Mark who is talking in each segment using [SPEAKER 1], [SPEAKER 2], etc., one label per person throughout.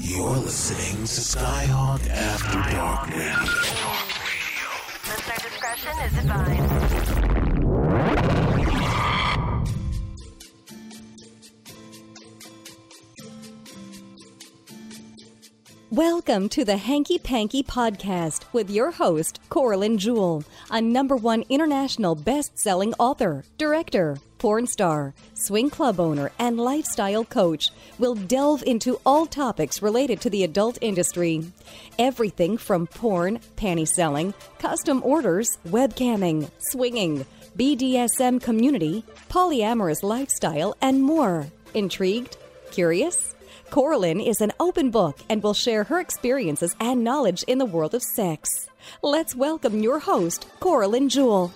[SPEAKER 1] You're listening to Skyhawk After Dark Radio.
[SPEAKER 2] Listener discretion is advised.
[SPEAKER 3] Welcome to the Hanky Panky Podcast with your host, Coraline Jewell, a number one international best selling author, director, porn star, swing club owner, and lifestyle coach. will delve into all topics related to the adult industry everything from porn, panty selling, custom orders, webcamming, swinging, BDSM community, polyamorous lifestyle, and more. Intrigued? Curious? Coraline is an open book and will share her experiences and knowledge in the world of sex. Let's welcome your host, Coraline Jewell.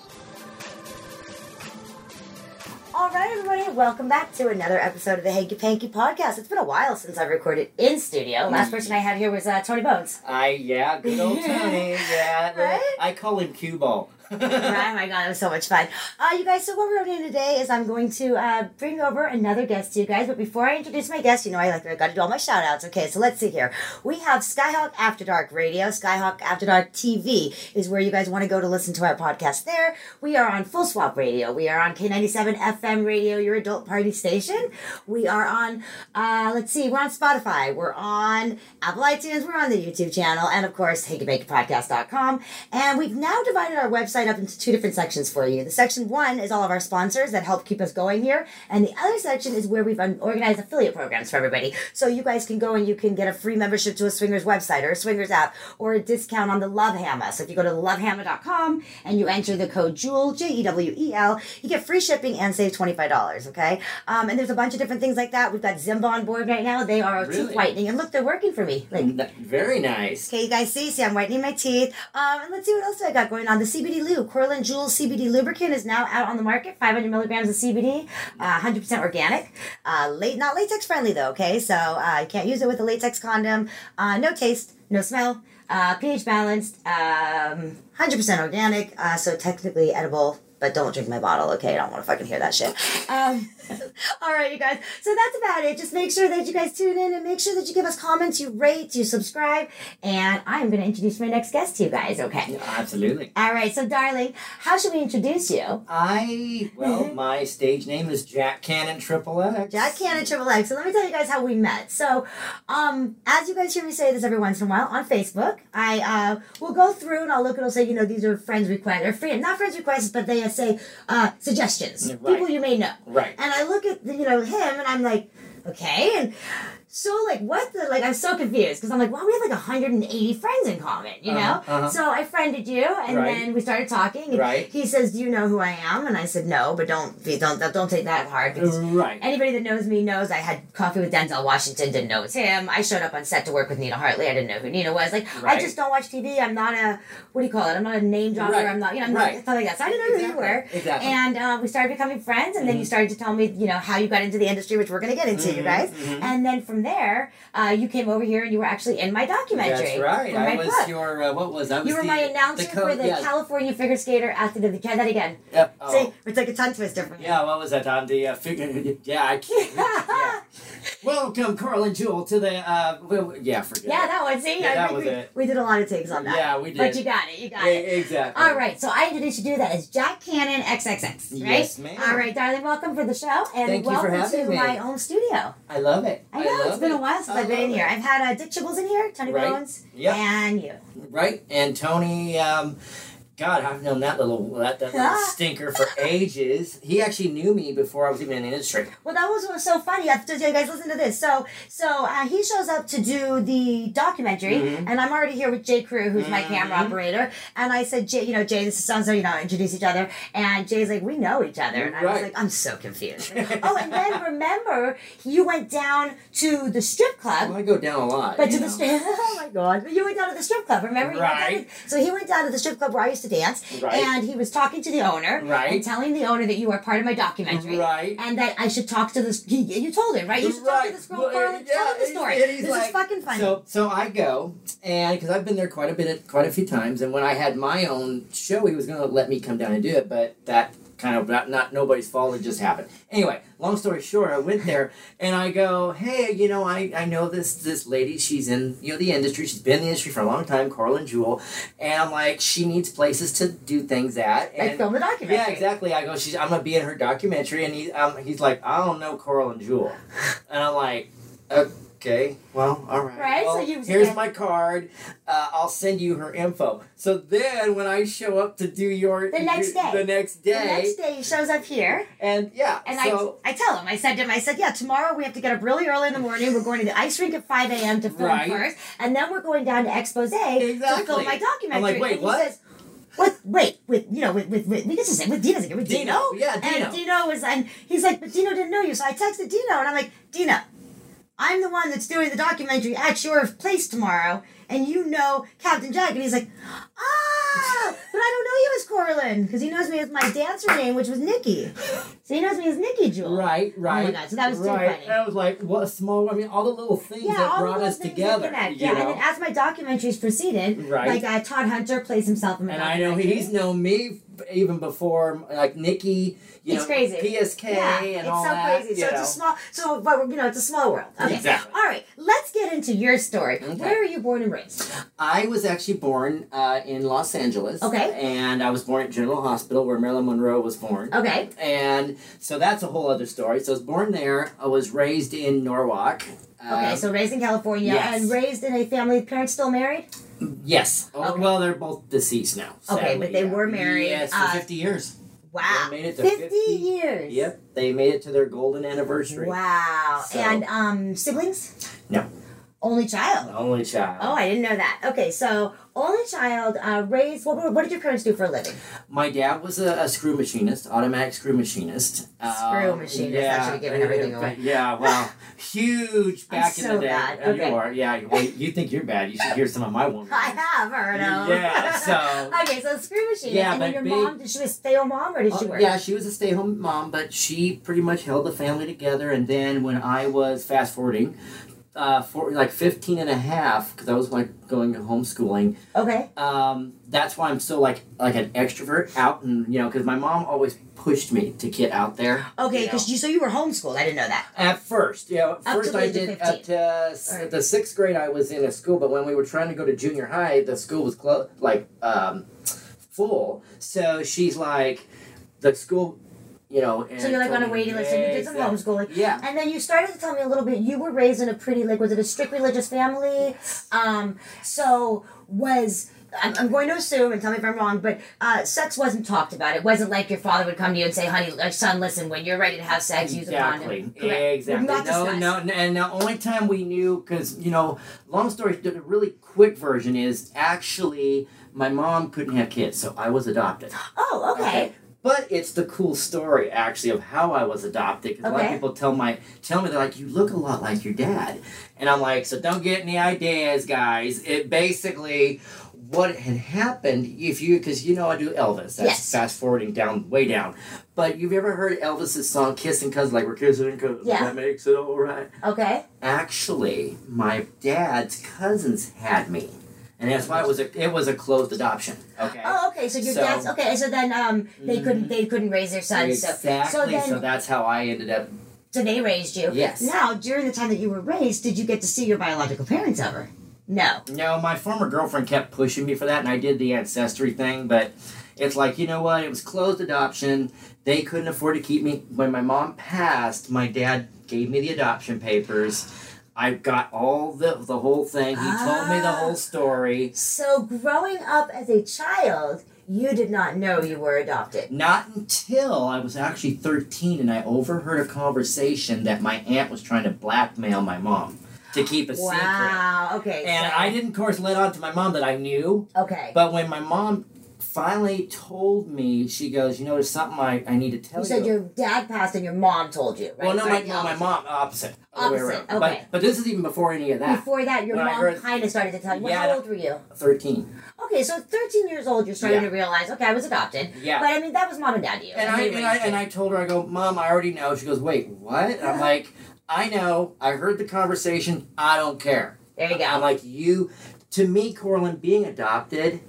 [SPEAKER 4] All right, everybody, welcome back to another episode of the Hanky Panky Podcast. It's been a while since I've recorded in studio. Last person I had here was uh, Tony Bones.
[SPEAKER 5] I yeah, good old Tony. Yeah,
[SPEAKER 4] Right?
[SPEAKER 5] I call him cue ball.
[SPEAKER 4] Right, Oh my God, it was so much fun. Uh, you guys, so what we're doing today is I'm going to uh, bring over another guest to you guys. But before I introduce my guest, you know I like I got to do all my shout outs. Okay, so let's see here. We have Skyhawk After Dark Radio, Skyhawk After Dark TV is where you guys want to go to listen to our podcast. There, we are on Full Swap Radio. We are on K97 FM Radio, your adult party station. We are on. Uh, let's see, we're on Spotify. We're on Apple iTunes. We're on the YouTube channel, and of course, HankeyBakeyPodcast.com. And we've now divided our website up into two different sections for you. The section one is all of our sponsors that help keep us going here, and the other section is where we've un- organized affiliate programs for everybody. So you guys can go and you can get a free membership to a swingers website or a swingers app or a discount on the Love Hammer. So if you go to lovehammer.com and you enter the code JEWEL, J E W E L, you get free shipping and save $25, okay? Um, and there's a bunch of different things like that. We've got Zimba on board right now. They are
[SPEAKER 5] Really?
[SPEAKER 4] teeth whitening. And look, they're working for me. Like,
[SPEAKER 5] N- Very nice.
[SPEAKER 4] Okay, you guys see, see, I'm whitening my teeth. Um, and let's see what else I got going on. The CBD Lube, Corlin Jewel CBD lubricant is now out on the market. 500 milligrams of CBD, uh, 100% organic. Uh, late, not latex friendly though. Okay, so uh, you can't use it with a latex condom. Uh, no taste, no smell. Uh, pH balanced, um, 100% organic. Uh, so technically edible. But don't drink my bottle, okay? I don't want to fucking hear that shit. Um, all right, you guys. So that's about it. Just make sure that you guys tune in and make sure that you give us comments, you rate, you subscribe, and I'm going to introduce my next guest to you guys, okay?
[SPEAKER 5] Absolutely.
[SPEAKER 4] All right, so darling, how should we introduce you?
[SPEAKER 5] I well, my stage name is Jack Cannon Triple X.
[SPEAKER 4] Mm-hmm. Jack Cannon Triple X. So let me tell you guys how we met. So, um, as you guys hear me say this every once in a while on Facebook, I uh, will go through and I'll look and I'll say, you know, these are friends requests or friend, not friends requests, but they say uh, suggestions,
[SPEAKER 5] Right.
[SPEAKER 4] people you may know.
[SPEAKER 5] Right.
[SPEAKER 4] And I look at the, you know him and I'm like, okay, and so like what the like I'm so confused because I'm like, wow, we have like 180 friends in common, you know?
[SPEAKER 5] Uh-huh, uh-huh.
[SPEAKER 4] So I friended you and
[SPEAKER 5] Right.
[SPEAKER 4] then we started talking. And
[SPEAKER 5] Right.
[SPEAKER 4] He says, "Do you know who I am?" And I said, "No, but don't be- don't don't take that hard because
[SPEAKER 5] Right.
[SPEAKER 4] Anybody that knows me knows I had coffee with Denzel Washington, didn't know it was him. I showed up on set to work with Nina Hartley, I didn't know who Nina was. Like, I
[SPEAKER 5] Right.
[SPEAKER 4] just don't watch TV. I'm not a, what do you call it? I'm not a name dropper.
[SPEAKER 5] Right.
[SPEAKER 4] I'm not, you know, I'm
[SPEAKER 5] Right.
[SPEAKER 4] not, something like that. So I didn't know who you
[SPEAKER 5] Exactly.
[SPEAKER 4] were.
[SPEAKER 5] Exactly. Mm-hmm.
[SPEAKER 4] And uh, we started becoming friends, and then you started to tell me, you know, how you got into the industry, which we're going to get into, you guys.
[SPEAKER 5] Mm-hmm.
[SPEAKER 4] And then from there, uh, you came over here and you were actually in my documentary.
[SPEAKER 5] That's right.
[SPEAKER 4] for my
[SPEAKER 5] I was
[SPEAKER 4] book.
[SPEAKER 5] your uh, what was I was
[SPEAKER 4] you were
[SPEAKER 5] the,
[SPEAKER 4] my announcer
[SPEAKER 5] the co-
[SPEAKER 4] for the
[SPEAKER 5] yeah,
[SPEAKER 4] California Figure Skater Athlete of the. Try that again.
[SPEAKER 5] Yep. Oh.
[SPEAKER 4] See, it's like a tongue twister for me.
[SPEAKER 5] Yeah, what was that on the uh, figure? Yeah, I can't. yeah. Welcome, Carl and Jewel, to the uh, well, yeah, forget.
[SPEAKER 4] Yeah,
[SPEAKER 5] it.
[SPEAKER 4] that one. See,
[SPEAKER 5] Yeah,
[SPEAKER 4] I
[SPEAKER 5] that
[SPEAKER 4] think
[SPEAKER 5] was
[SPEAKER 4] we,
[SPEAKER 5] it.
[SPEAKER 4] we did a lot of takes on that.
[SPEAKER 5] Yeah, we
[SPEAKER 4] But
[SPEAKER 5] did.
[SPEAKER 4] you got it. You got
[SPEAKER 5] E-
[SPEAKER 4] it.
[SPEAKER 5] exactly.
[SPEAKER 4] All right, so I introduced you to that as Jack Cannon XXX, right?
[SPEAKER 5] Yes, ma'am.
[SPEAKER 4] All right, darling, welcome for the show, and
[SPEAKER 5] Thank you for
[SPEAKER 4] welcome
[SPEAKER 5] having
[SPEAKER 4] to
[SPEAKER 5] me.
[SPEAKER 4] my own studio.
[SPEAKER 5] I love it.
[SPEAKER 4] I know
[SPEAKER 5] love
[SPEAKER 4] it's been
[SPEAKER 5] it.
[SPEAKER 4] a while since
[SPEAKER 5] I
[SPEAKER 4] have been in
[SPEAKER 5] love
[SPEAKER 4] here.
[SPEAKER 5] it.
[SPEAKER 4] I've had uh, Dick Chibbles in here, Tony
[SPEAKER 5] Right.
[SPEAKER 4] Bones,
[SPEAKER 5] Yeah.
[SPEAKER 4] and you.
[SPEAKER 5] Right, and Tony. Um, God, I've known that little that, that little stinker for ages. He actually knew me before I was even in the industry.
[SPEAKER 4] Well, that was what was so funny. I have to, you guys listen to this. So, so uh, he shows up to do the documentary,
[SPEAKER 5] Mm-hmm.
[SPEAKER 4] and I'm already here with Jay Crew, who's my camera operator. And I said, Jay, you know, Jay, this is so you know, introduce each other. And Jay's like, we know each other. And I was
[SPEAKER 5] Right.
[SPEAKER 4] like, I'm so confused. oh, and then remember, you went down to the strip club.
[SPEAKER 5] Well, I go down a lot.
[SPEAKER 4] But
[SPEAKER 5] you
[SPEAKER 4] to the
[SPEAKER 5] know.
[SPEAKER 4] strip, oh my god! But you went down to the strip club, remember? You went down
[SPEAKER 5] Right.
[SPEAKER 4] to- so he went down to the strip club where I used to dance,
[SPEAKER 5] Right.
[SPEAKER 4] and he was talking to the owner,
[SPEAKER 5] Right.
[SPEAKER 4] and telling the owner that you are part of my documentary,
[SPEAKER 5] Right.
[SPEAKER 4] and that I should talk to this. You, you told him, right? You should talk to this girl,
[SPEAKER 5] Well,
[SPEAKER 4] Carl, and tell him the
[SPEAKER 5] he's-
[SPEAKER 4] story.
[SPEAKER 5] and he's
[SPEAKER 4] This is
[SPEAKER 5] like-
[SPEAKER 4] fucking funny.
[SPEAKER 5] So, so I go, and because I've been there quite a bit, quite a few times, and when I had my own show, he was going to let me come down and do it, but that kind of not, not nobody's fault. It just happened. Anyway, long story short, I went there and I go, hey, you know, I, I know this this lady. She's in you know the industry. She's been in the industry for a long time, Carlin Jewel. And I'm like, she needs places to do things at.
[SPEAKER 4] Like
[SPEAKER 5] And
[SPEAKER 4] film the documentary.
[SPEAKER 5] yeah, exactly. I go, she's, I'm gonna be in her documentary, and he, um, he's like, I don't know Coral and Jewel, and I'm like, okay, well, all right.
[SPEAKER 4] Right, so
[SPEAKER 5] Well,
[SPEAKER 4] you-
[SPEAKER 5] here's my card. Uh, I'll send you her info. So then, when I show up to do your
[SPEAKER 4] The next
[SPEAKER 5] your-
[SPEAKER 4] day.
[SPEAKER 5] the next
[SPEAKER 4] The
[SPEAKER 5] day,
[SPEAKER 4] next day he shows up here,
[SPEAKER 5] and yeah,
[SPEAKER 4] and
[SPEAKER 5] so
[SPEAKER 4] I, I tell him, I said to him, I said, yeah, tomorrow we have to get up really early in the morning. We're going to the ice rink at 5 a.m. to film
[SPEAKER 5] Right.
[SPEAKER 4] first, and then we're going down to Expose to
[SPEAKER 5] Exactly.
[SPEAKER 4] film my documentary.
[SPEAKER 5] I'm like, wait,
[SPEAKER 4] and he
[SPEAKER 5] what?
[SPEAKER 4] Says, what? Wait, with you know, with with, with we just said with Dino, with Dino,
[SPEAKER 5] Dino, yeah, Dino.
[SPEAKER 4] And Dino was, and he's like, but Dino didn't know you, so I texted Dino, and I'm like, Dino, I'm the one that's doing the documentary at your place tomorrow, and you know Captain Jack. And he's like, ah, but I don't know you as Corlin, because he knows me as my dancer name, which was Nikki. So he knows me as Nikki Jewel.
[SPEAKER 5] right, right.
[SPEAKER 4] God, so Oh that was too
[SPEAKER 5] right.
[SPEAKER 4] funny.
[SPEAKER 5] And I was like, what a small. I mean, all the little things
[SPEAKER 4] Yeah,
[SPEAKER 5] that
[SPEAKER 4] all
[SPEAKER 5] brought
[SPEAKER 4] the
[SPEAKER 5] us
[SPEAKER 4] things that
[SPEAKER 5] together.
[SPEAKER 4] connect.
[SPEAKER 5] you
[SPEAKER 4] Yeah,
[SPEAKER 5] know?
[SPEAKER 4] and then as my documentaries proceeded,
[SPEAKER 5] Right.
[SPEAKER 4] like uh, Todd Hunter plays himself in my
[SPEAKER 5] And I know
[SPEAKER 4] documentary.
[SPEAKER 5] he's known me even before, like Nikki, you
[SPEAKER 4] It's
[SPEAKER 5] know,
[SPEAKER 4] crazy.
[SPEAKER 5] PSK
[SPEAKER 4] Yeah,
[SPEAKER 5] and
[SPEAKER 4] it's
[SPEAKER 5] all
[SPEAKER 4] so
[SPEAKER 5] that.
[SPEAKER 4] crazy.
[SPEAKER 5] you
[SPEAKER 4] So
[SPEAKER 5] know.
[SPEAKER 4] it's a small. So but you know, it's a small world. Okay.
[SPEAKER 5] Exactly.
[SPEAKER 4] All right. Let's get into your story. Where are you born and raised?
[SPEAKER 5] I was actually born uh, in Los Angeles.
[SPEAKER 4] Okay.
[SPEAKER 5] And I was born at General Hospital where Marilyn Monroe was born.
[SPEAKER 4] Okay.
[SPEAKER 5] And so that's a whole other story. So I was born there. I was raised in Norwalk.
[SPEAKER 4] Okay.
[SPEAKER 5] Um,
[SPEAKER 4] so raised in California
[SPEAKER 5] yes.
[SPEAKER 4] and raised in a family. Parents still married.
[SPEAKER 5] yes. Oh,
[SPEAKER 4] Okay.
[SPEAKER 5] Well, they're both deceased now.
[SPEAKER 4] Okay,
[SPEAKER 5] sadly,
[SPEAKER 4] but they
[SPEAKER 5] yeah.
[SPEAKER 4] were married,
[SPEAKER 5] Yes, for
[SPEAKER 4] uh,
[SPEAKER 5] fifty years.
[SPEAKER 4] Wow.
[SPEAKER 5] They made it to
[SPEAKER 4] 50,
[SPEAKER 5] 50
[SPEAKER 4] years.
[SPEAKER 5] Yep, they made it to their golden anniversary.
[SPEAKER 4] Wow.
[SPEAKER 5] So-
[SPEAKER 4] And um, siblings?
[SPEAKER 5] No,
[SPEAKER 4] Only child.
[SPEAKER 5] only child.
[SPEAKER 4] Oh, I didn't know that. Okay, so only child uh, raised. What, were- what did your parents do for a living?
[SPEAKER 5] My dad was a, a screw machinist, automatic screw machinist. Um,
[SPEAKER 4] Screw machinist, that should have given
[SPEAKER 5] yeah, uh,
[SPEAKER 4] everything away.
[SPEAKER 5] Yeah, well, huge back in
[SPEAKER 4] so
[SPEAKER 5] the day.
[SPEAKER 4] bad,
[SPEAKER 5] And
[SPEAKER 4] okay.
[SPEAKER 5] You are, yeah. well, you think you're bad? You should hear some of my woman.
[SPEAKER 4] I have heard of.
[SPEAKER 5] Yeah, so-
[SPEAKER 4] okay, so screw machine.
[SPEAKER 5] Yeah,
[SPEAKER 4] and then
[SPEAKER 5] but
[SPEAKER 4] your
[SPEAKER 5] big-
[SPEAKER 4] mom, did she was stay home mom or did she
[SPEAKER 5] Oh,
[SPEAKER 4] work?
[SPEAKER 5] yeah, she was a stay-home mom, but she pretty much held the family together. And then when I was fast forwarding, uh, for like 15 and a half, because I was like going to homeschooling.
[SPEAKER 4] Okay.
[SPEAKER 5] um, that's why I'm so like like an extrovert out and you know because my mom always pushed me to get out there.
[SPEAKER 4] Okay,
[SPEAKER 5] you know.
[SPEAKER 4] because you, so you were homeschooled. I didn't know that.
[SPEAKER 5] At first, yeah. At
[SPEAKER 4] to
[SPEAKER 5] first,
[SPEAKER 4] the
[SPEAKER 5] I
[SPEAKER 4] age of
[SPEAKER 5] did up
[SPEAKER 4] 15.
[SPEAKER 5] to s-
[SPEAKER 4] Alright.
[SPEAKER 5] the sixth grade. I was in a school, but when we were trying to go to junior high, the school was close, like um, full. So she's like, the school, you know. And
[SPEAKER 4] So you're like on
[SPEAKER 5] told
[SPEAKER 4] a
[SPEAKER 5] me,
[SPEAKER 4] waiting list and you did some
[SPEAKER 5] "Yes,
[SPEAKER 4] homeschooling.
[SPEAKER 5] Yeah.
[SPEAKER 4] And then you started to tell me a little bit, you were raised in a pretty, like, was it a strict religious family? Um, so was, I'm, I'm going to assume, and tell me if I'm wrong, but uh, sex wasn't talked about. It wasn't like your father would come to you and say, honey, like, son, listen, when you're ready to have sex, use a
[SPEAKER 5] Exactly.
[SPEAKER 4] condom.
[SPEAKER 5] Exactly.
[SPEAKER 4] Not
[SPEAKER 5] No,
[SPEAKER 4] discussed.
[SPEAKER 5] no, no, and the only time we knew, because you know, long story, the the really quick version is actually my mom couldn't have kids, so I was adopted.
[SPEAKER 4] Oh, okay.
[SPEAKER 5] But it's the cool story actually of how I was adopted. 'cause A lot of
[SPEAKER 4] Okay.
[SPEAKER 5] people tell my tell me they're like, you look a lot like your dad, and I'm like, so don't get any ideas, guys. It basically. What had happened if you because you know I do Elvis. That's
[SPEAKER 4] Yes.
[SPEAKER 5] fast forwarding down way down. But you've ever heard Elvis's song Kissing Cuz like we're kissing cuz
[SPEAKER 4] Yeah.
[SPEAKER 5] that makes it alright.
[SPEAKER 4] Okay.
[SPEAKER 5] Actually, my dad's cousins had me. And that's why it was a it was a closed adoption. Okay.
[SPEAKER 4] Oh, okay. So your
[SPEAKER 5] So- Mm-hmm.
[SPEAKER 4] dad's okay. So then, um, they couldn't they couldn't raise their son.
[SPEAKER 5] Exactly.
[SPEAKER 4] So, so then, so,
[SPEAKER 5] that's how I ended up.
[SPEAKER 4] they raised you.
[SPEAKER 5] Yes.
[SPEAKER 4] Now, during the time that you were raised, did you get to see your biological parents ever? No.
[SPEAKER 5] No, my former girlfriend kept pushing me for that, and I did the ancestry thing. But it's like you know what? It was closed adoption. They couldn't afford to keep me. When my mom passed, my dad gave me the adoption papers. I got all the the whole thing. He told me the
[SPEAKER 4] Ah.
[SPEAKER 5] whole story.
[SPEAKER 4] So growing up as a child, you did not know you were adopted.
[SPEAKER 5] Not until I was actually 13 and I overheard a conversation that my aunt was trying to blackmail my mom to keep a secret.
[SPEAKER 4] Wow. Okay.
[SPEAKER 5] And
[SPEAKER 4] so-
[SPEAKER 5] I didn't, of course, let on to my mom that I knew.
[SPEAKER 4] Okay.
[SPEAKER 5] But when my mom finally told me, she goes, "You know, there's something I, I need to tell
[SPEAKER 4] you
[SPEAKER 5] you."
[SPEAKER 4] said your dad passed and your mom told you, right?
[SPEAKER 5] well, no, my,
[SPEAKER 4] Right,
[SPEAKER 5] no, my mom opposite. Other way
[SPEAKER 4] Opposite,
[SPEAKER 5] around.
[SPEAKER 4] okay.
[SPEAKER 5] But, but this is even before any of that.
[SPEAKER 4] Before that, your
[SPEAKER 5] When I
[SPEAKER 4] mom
[SPEAKER 5] heard-
[SPEAKER 4] kind of started to tell you. Well,
[SPEAKER 5] Yeah,
[SPEAKER 4] how
[SPEAKER 5] no-
[SPEAKER 4] old were you?
[SPEAKER 5] Thirteen.
[SPEAKER 4] Okay, so at 13 years old, you're starting
[SPEAKER 5] Yeah.
[SPEAKER 4] to realize, okay, I was adopted.
[SPEAKER 5] Yeah.
[SPEAKER 4] But I mean, that was mom and dad to you.
[SPEAKER 5] And I,
[SPEAKER 4] They
[SPEAKER 5] and I
[SPEAKER 4] raised you.
[SPEAKER 5] and I told her, I go, Mom, I already know. She goes, Wait, what? And I'm like, I know. I heard the conversation. I don't care.
[SPEAKER 4] There you go.
[SPEAKER 5] I'm like, you. To me, Corlin, being adopted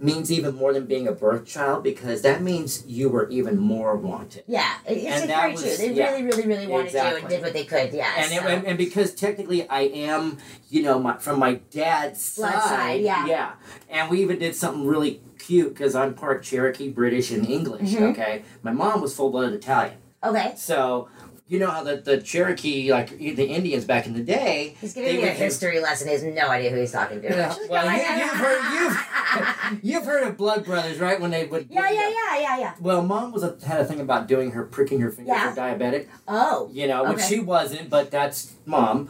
[SPEAKER 5] means even more than being a birth child because that means you were even more wanted.
[SPEAKER 4] Yeah, it- it's
[SPEAKER 5] And
[SPEAKER 4] like
[SPEAKER 5] that
[SPEAKER 4] very
[SPEAKER 5] was-
[SPEAKER 4] true. They
[SPEAKER 5] yeah,
[SPEAKER 4] really, really, really wanted you and
[SPEAKER 5] exactly.
[SPEAKER 4] did what they could. Yeah.
[SPEAKER 5] And, it,
[SPEAKER 4] so.
[SPEAKER 5] and, and because technically I am, you know, my, from my dad's
[SPEAKER 4] Blood side, yeah.
[SPEAKER 5] yeah. And we even did something really cute because I'm part Cherokee, British, and English,
[SPEAKER 4] Mhm.
[SPEAKER 5] okay? My mom was full blooded Italian.
[SPEAKER 4] okay.
[SPEAKER 5] So, you know how the, the Cherokee, like the Indians back in the day,
[SPEAKER 4] He's giving
[SPEAKER 5] they
[SPEAKER 4] me a
[SPEAKER 5] would do-
[SPEAKER 4] history lesson. He has no idea who he's talking to. "Ah."
[SPEAKER 5] Yeah, well, you, you've heard you've you've heard of Blood Brothers, right? When they would
[SPEAKER 4] yeah, yeah, yeah, yeah, yeah.
[SPEAKER 5] Well, mom was a, had a thing about doing her pricking her finger
[SPEAKER 4] Yeah.
[SPEAKER 5] for diabetic,
[SPEAKER 4] Oh,
[SPEAKER 5] you know, which
[SPEAKER 4] Okay.
[SPEAKER 5] she wasn't, but that's mom,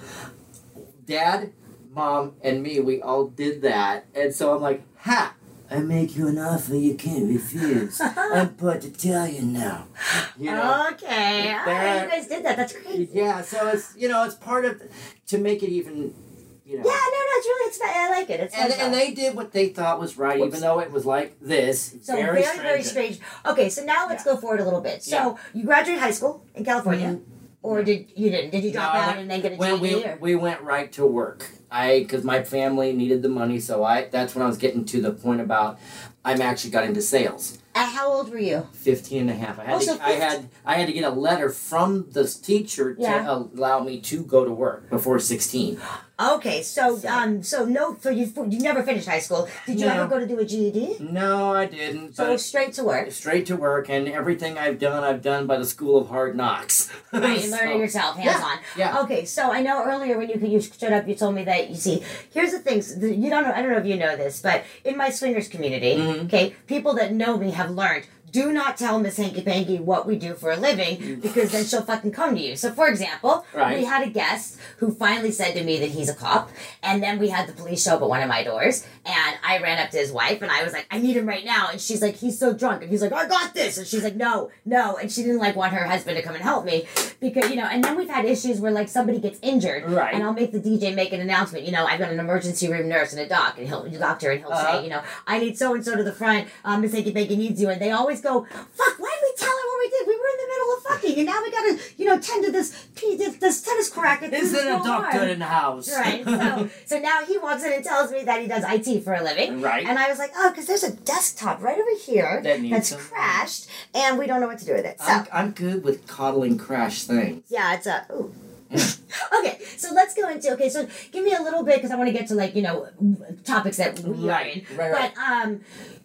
[SPEAKER 5] dad, mom, and me. We all did that, and so I'm like, ha. I make you an offer you can't refuse. I'm part Italian now. You know?
[SPEAKER 4] Oh. okay. All right, you
[SPEAKER 5] That-
[SPEAKER 4] guys did that. That's crazy.
[SPEAKER 5] Yeah, so it's you know it's part of to make it even you
[SPEAKER 4] Yeah, no,
[SPEAKER 5] know.
[SPEAKER 4] no, it's really, it's, I like it. It's
[SPEAKER 5] And,
[SPEAKER 4] fun
[SPEAKER 5] and
[SPEAKER 4] though.
[SPEAKER 5] they did what they thought was right, even
[SPEAKER 4] Whoops.
[SPEAKER 5] though it was like this.
[SPEAKER 4] so very, very, strange. Okay, so now let's
[SPEAKER 5] Yeah. Mm-hmm.
[SPEAKER 4] go forward a little bit. So you graduated high school in California, or did you didn't? Did you drop
[SPEAKER 5] No, I
[SPEAKER 4] out
[SPEAKER 5] went-
[SPEAKER 4] and then get a
[SPEAKER 5] When
[SPEAKER 4] GED?
[SPEAKER 5] we,
[SPEAKER 4] or?
[SPEAKER 5] we went right to work. I because my family needed the money, so I that's when I was getting to the point about I'm actually got into sales.
[SPEAKER 4] Uh, how old were you?
[SPEAKER 5] 15 and a half. I had,
[SPEAKER 4] Oh,
[SPEAKER 5] to,
[SPEAKER 4] so
[SPEAKER 5] I had I had to get a letter from this teacher
[SPEAKER 4] Yeah.
[SPEAKER 5] to allow me to go to work before 16.
[SPEAKER 4] Okay, so um, so no, so you you never finished high school. Did you
[SPEAKER 5] No.
[SPEAKER 4] ever go to do a GED?
[SPEAKER 5] No, I didn't.
[SPEAKER 4] So
[SPEAKER 5] but
[SPEAKER 4] straight to work.
[SPEAKER 5] straight to work, and everything I've done, I've done by the school of hard knocks.
[SPEAKER 4] Right, you learn it
[SPEAKER 5] So-
[SPEAKER 4] yourself, hands
[SPEAKER 5] Yeah,
[SPEAKER 4] on.
[SPEAKER 5] yeah.
[SPEAKER 4] Okay, so I know earlier when you you showed up, you told me that you see. Here's the things that you don't know. I don't know if you know this, but in my swingers community,
[SPEAKER 5] Mm-hmm.
[SPEAKER 4] okay, people that know me have learned. Do not tell Miss Hanky Panky what we do for a living because then she'll fucking come to you. So, for example,
[SPEAKER 5] Mm. Right.
[SPEAKER 4] we had a guest who finally said to me that he's a cop, and then we had the police show up at one of my doors, and I ran up to his wife and I was like, "I need him right now," and she's like, "He's so drunk," and he's like, "I got this," and she's like, "No, no," and she didn't like want her husband to come and help me because you know. And then we've had issues where like somebody gets injured,
[SPEAKER 5] Right.
[SPEAKER 4] and I'll make the DJ make an announcement. You know, I've got an emergency room nurse and a doc, and he'll doctor, and he'll
[SPEAKER 5] Uh-huh.
[SPEAKER 4] say, you know, I need so and so to the front. Um, Miss Inky Bacon needs you, and they always go, "Fuck, why did we tell her what we did? We were in the middle of fucking, and now we gotta, you know, tend to this pe- this, this tennis crack." It's
[SPEAKER 5] Isn't
[SPEAKER 4] so
[SPEAKER 5] a doctor
[SPEAKER 4] hard."
[SPEAKER 5] in the house?
[SPEAKER 4] Right. So, so now he walks in and tells me that he does IT for a living.
[SPEAKER 5] Right.
[SPEAKER 4] And I was like, oh, because there's a desktop right over here
[SPEAKER 5] That needs
[SPEAKER 4] that's
[SPEAKER 5] some-
[SPEAKER 4] crashed, and we don't know what to do with it. So.
[SPEAKER 5] I'm, I'm good with coddling crash things.
[SPEAKER 4] Yeah, it's a. Ooh. okay, so let's go into okay. So give me a little bit because I want to get to like you know w- topics that we
[SPEAKER 5] Right,
[SPEAKER 4] are in.
[SPEAKER 5] right, right.
[SPEAKER 4] But um,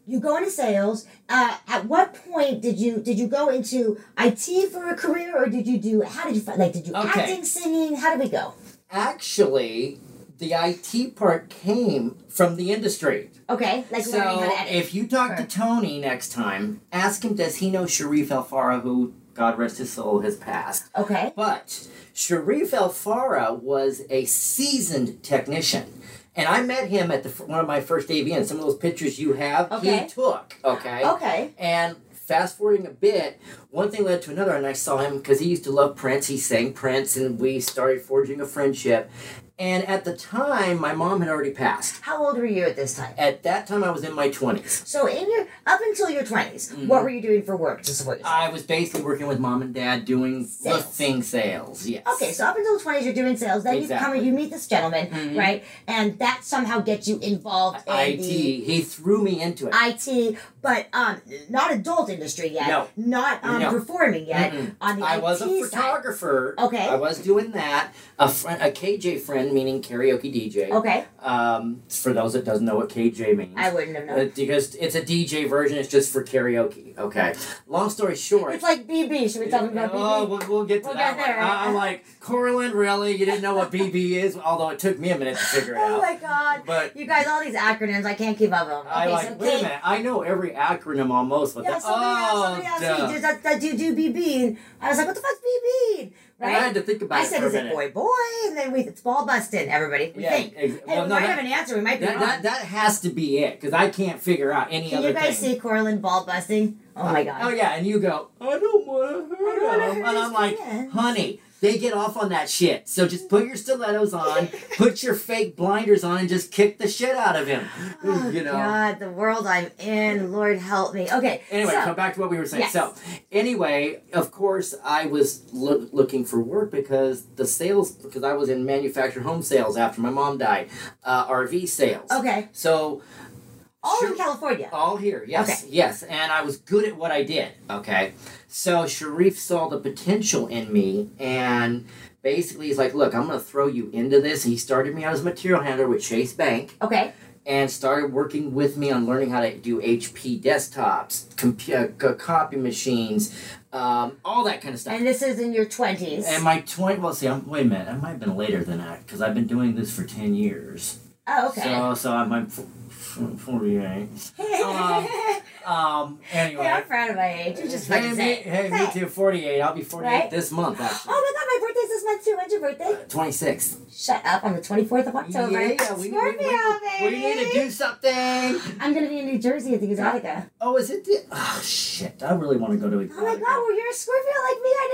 [SPEAKER 4] you go into sales. Uh, at what point did you did you go into IT for a career, or did you do how did you fi- like did you
[SPEAKER 5] Okay.
[SPEAKER 4] acting, singing? How did we go?
[SPEAKER 5] Actually, the IT part came from the industry.
[SPEAKER 4] Okay, like learning how
[SPEAKER 5] So
[SPEAKER 4] to edit.
[SPEAKER 5] if you talk to
[SPEAKER 4] Correct.
[SPEAKER 5] Tony next time, ask him does he know Sharif El Farah, who, God rest his soul, has passed.
[SPEAKER 4] okay,
[SPEAKER 5] But Sharif El Farah was a seasoned technician. And I met him at the f- one of my first AVNs. Some of those pictures you have,
[SPEAKER 4] Okay.
[SPEAKER 5] he took. Okay.
[SPEAKER 4] okay,
[SPEAKER 5] And fast forwarding a bit, one thing led to another, and I saw him because he used to love Prince. He sang Prince, and we started forging a friendship. And at the time, my mom had already passed.
[SPEAKER 4] how old were you at this time?
[SPEAKER 5] At that time, I was in my 20s.
[SPEAKER 4] So in your up until your 20s
[SPEAKER 5] Mm-hmm.
[SPEAKER 4] what were you doing for work to support yourself?
[SPEAKER 5] I was basically working with mom and dad doing
[SPEAKER 4] Sales.
[SPEAKER 5] thing sales. Yes.
[SPEAKER 4] Okay, so up until the twenties, you're doing sales. Then you come,
[SPEAKER 5] Exactly. Mm-hmm.
[SPEAKER 4] you meet this gentleman, right? And that somehow gets you involved in
[SPEAKER 5] IT.
[SPEAKER 4] the
[SPEAKER 5] He threw me into it.
[SPEAKER 4] IT, but um, not adult industry yet.
[SPEAKER 5] No.
[SPEAKER 4] Not um,
[SPEAKER 5] No.
[SPEAKER 4] performing yet on the
[SPEAKER 5] I
[SPEAKER 4] IT
[SPEAKER 5] was a
[SPEAKER 4] side.
[SPEAKER 5] photographer.
[SPEAKER 4] Okay.
[SPEAKER 5] I was doing that. A friend, a KJ friend, meaning karaoke DJ.
[SPEAKER 4] Okay,
[SPEAKER 5] Um, for those that doesn't know what KJ means.
[SPEAKER 4] I wouldn't have known.
[SPEAKER 5] Uh, because it's a DJ version. It's just for karaoke. Okay. Long story short.
[SPEAKER 4] it's like BB. Should we tell them about
[SPEAKER 5] Oh,
[SPEAKER 4] BB?
[SPEAKER 5] we'll, we'll get to
[SPEAKER 4] We'll
[SPEAKER 5] that
[SPEAKER 4] get there,
[SPEAKER 5] one. I- I'm
[SPEAKER 4] right?
[SPEAKER 5] like, Corlin, really? You didn't know what BB is? Although it took me a minute to figure it
[SPEAKER 4] Oh
[SPEAKER 5] out.
[SPEAKER 4] my god!
[SPEAKER 5] But-
[SPEAKER 4] you guys, all these acronyms, I can't keep up with them.
[SPEAKER 5] I
[SPEAKER 4] okay,
[SPEAKER 5] like,
[SPEAKER 4] so
[SPEAKER 5] wait
[SPEAKER 4] K-
[SPEAKER 5] a minute. I know every acronym almost, but
[SPEAKER 4] Yeah,
[SPEAKER 5] the,
[SPEAKER 4] somebody
[SPEAKER 5] oh,
[SPEAKER 4] else, somebody
[SPEAKER 5] duh.
[SPEAKER 4] else. You do that, that you do BB, and I was like, what the fuck's BB? Right?
[SPEAKER 5] And I had to think about
[SPEAKER 4] I
[SPEAKER 5] it
[SPEAKER 4] said,
[SPEAKER 5] for a
[SPEAKER 4] is it
[SPEAKER 5] minute.
[SPEAKER 4] boy, boy? And then we, it's ball busting, everybody. We
[SPEAKER 5] Yeah,
[SPEAKER 4] think.
[SPEAKER 5] ex-
[SPEAKER 4] hey,
[SPEAKER 5] well,
[SPEAKER 4] we
[SPEAKER 5] no,
[SPEAKER 4] might
[SPEAKER 5] that-
[SPEAKER 4] have an answer. We might be
[SPEAKER 5] That,
[SPEAKER 4] wrong.
[SPEAKER 5] that, that has to be it, because I can't figure out any
[SPEAKER 4] Can
[SPEAKER 5] other
[SPEAKER 4] you guys
[SPEAKER 5] thing.
[SPEAKER 4] see Corlin ball busting? Oh my god.
[SPEAKER 5] Oh yeah, and you go, I don't want to
[SPEAKER 4] don't
[SPEAKER 5] hurt
[SPEAKER 4] wanna
[SPEAKER 5] him,
[SPEAKER 4] hurt
[SPEAKER 5] and
[SPEAKER 4] his
[SPEAKER 5] I'm like,
[SPEAKER 4] feelings.
[SPEAKER 5] honey, they get off on that shit. So just put your stilettos on, put your fake blinders on, and just kick the shit out of him. you know.
[SPEAKER 4] Oh, God, the world I'm in. Lord help me. Okay.
[SPEAKER 5] Anyway,
[SPEAKER 4] so,
[SPEAKER 5] come back to what we were saying.
[SPEAKER 4] Yes.
[SPEAKER 5] So, anyway, of course, I was loo- looking for work because the sales, because I was in manufactured home sales after my mom died, uh, RV sales.
[SPEAKER 4] Okay.
[SPEAKER 5] So,
[SPEAKER 4] all
[SPEAKER 5] Sure.
[SPEAKER 4] in California.
[SPEAKER 5] All here, yes, yes. And I was good at what I did, okay? So Sharif saw the potential in me and basically he's like, look, I'm going to throw you into this. He started me out as a material handler with Chase Bank
[SPEAKER 4] Okay.
[SPEAKER 5] and started working with me on learning how to do HP desktops, compu- uh, co- copy machines, um, all that kind of stuff.
[SPEAKER 4] And this is in your 20s.
[SPEAKER 5] And my 20, well, see, I'm, wait a minute, I might have been later than that because I've been doing this for 10 years.
[SPEAKER 4] oh, okay.
[SPEAKER 5] So, so I'm, I'm f- f- 48. um, um, anyway.
[SPEAKER 4] Hey, I'm proud of my age. You just
[SPEAKER 5] Hey,
[SPEAKER 4] fucking
[SPEAKER 5] me,
[SPEAKER 4] say it. Say
[SPEAKER 5] hey, me
[SPEAKER 4] it.
[SPEAKER 5] too. 48. I'll be 48
[SPEAKER 4] Right?
[SPEAKER 5] this month, actually.
[SPEAKER 4] Oh my god, my birthday's this month too. When's your birthday?
[SPEAKER 5] 26.
[SPEAKER 4] Shut up. On the 24th of October.
[SPEAKER 5] Yeah, we, we,
[SPEAKER 4] Scorpio,
[SPEAKER 5] we, we need to
[SPEAKER 4] baby.
[SPEAKER 5] do something.
[SPEAKER 4] I'm gonna be in New Jersey at the Exotica.
[SPEAKER 5] Oh, is it? The, oh, shit. I really want to go to a.
[SPEAKER 4] Oh my god, well, you're a Scorpio like me. I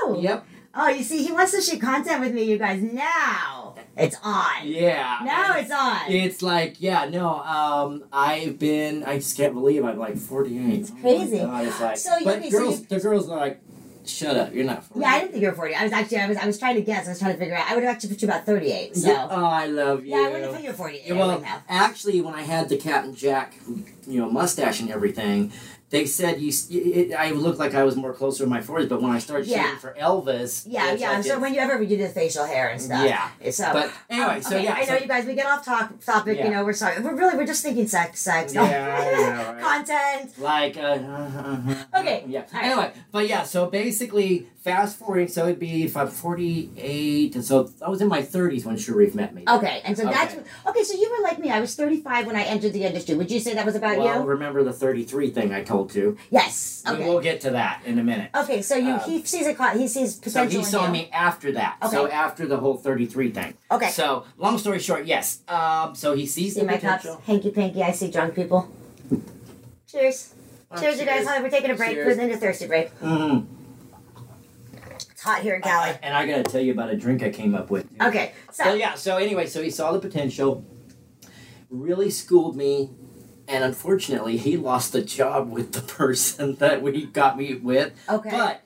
[SPEAKER 4] didn't know.
[SPEAKER 5] Yep.
[SPEAKER 4] Oh, you see, he wants to shoot content with me, you guys. Now it's on.
[SPEAKER 5] Yeah.
[SPEAKER 4] Now it's on.
[SPEAKER 5] It's like, yeah, no, um, I've been, I just can't believe I'm like 48. It's
[SPEAKER 4] crazy.
[SPEAKER 5] Oh my God, it's like,
[SPEAKER 4] So,
[SPEAKER 5] but
[SPEAKER 4] okay, so
[SPEAKER 5] girls,
[SPEAKER 4] you-
[SPEAKER 5] the girls are like, shut up, you're not 48.
[SPEAKER 4] Yeah, I didn't think you were 40. I was actually, I was, I was trying to guess. I was trying to figure out. I would have actually put you about 38. So.
[SPEAKER 5] Yeah, oh, I love you.
[SPEAKER 4] Yeah, I wouldn't have put you at 48. I
[SPEAKER 5] Yeah, well,
[SPEAKER 4] wouldn't have.
[SPEAKER 5] actually, when I had the Captain Jack, you know, mustache and everything, they said you. s- It, I looked like I was more closer to my forties, but when I started shooting
[SPEAKER 4] Yeah.
[SPEAKER 5] for Elvis,
[SPEAKER 4] Yeah,
[SPEAKER 5] which
[SPEAKER 4] yeah.
[SPEAKER 5] I
[SPEAKER 4] I'm
[SPEAKER 5] did-
[SPEAKER 4] sure when you ever you did facial hair and stuff.
[SPEAKER 5] Yeah.
[SPEAKER 4] So,
[SPEAKER 5] But anyway,
[SPEAKER 4] um,
[SPEAKER 5] so
[SPEAKER 4] okay,
[SPEAKER 5] yeah,
[SPEAKER 4] I
[SPEAKER 5] so-
[SPEAKER 4] know you guys. We get off top topic. You
[SPEAKER 5] Yeah.
[SPEAKER 4] know, we're sorry. We're really we're just thinking sex, sex,
[SPEAKER 5] Yeah, I know, right?
[SPEAKER 4] content.
[SPEAKER 5] like uh,
[SPEAKER 4] Okay,
[SPEAKER 5] yeah.
[SPEAKER 4] all right.
[SPEAKER 5] Anyway, but yeah, so basically, fast forwarding, so it'd be if I'm 48, and so I was in my 30s when Sharif met me.
[SPEAKER 4] Okay, and so that's
[SPEAKER 5] Okay.
[SPEAKER 4] okay. So you were like me. I was 35 when I entered the industry. Would you say that was about
[SPEAKER 5] Well,
[SPEAKER 4] you?
[SPEAKER 5] remember the 33 thing I told you?
[SPEAKER 4] Yes.
[SPEAKER 5] We-
[SPEAKER 4] Okay.
[SPEAKER 5] We'll get to that in a minute.
[SPEAKER 4] okay. So you
[SPEAKER 5] um,
[SPEAKER 4] he sees a co- he sees
[SPEAKER 5] So
[SPEAKER 4] potential.
[SPEAKER 5] he
[SPEAKER 4] in
[SPEAKER 5] saw
[SPEAKER 4] you.
[SPEAKER 5] me after that. So
[SPEAKER 4] Okay.
[SPEAKER 5] after the whole 33 thing.
[SPEAKER 4] Okay.
[SPEAKER 5] So long story short, yes. Um, so he sees
[SPEAKER 4] See
[SPEAKER 5] the
[SPEAKER 4] my cups,
[SPEAKER 5] potential.
[SPEAKER 4] hanky panky. I see drunk people. Cheers.
[SPEAKER 5] Oh,
[SPEAKER 4] cheers, you guys.
[SPEAKER 5] cheers.
[SPEAKER 4] Hi, We're taking a break.
[SPEAKER 5] Cheers.
[SPEAKER 4] We're in a thirsty break.
[SPEAKER 5] Mhm.
[SPEAKER 4] It's hot here in Cali.
[SPEAKER 5] And I gotta tell you about a drink I came up with. too.
[SPEAKER 4] Okay, so,
[SPEAKER 5] So oh, yeah. So anyway, so he saw the potential. Really schooled me, and unfortunately, he lost the job with the person that we got me with.
[SPEAKER 4] Okay.
[SPEAKER 5] But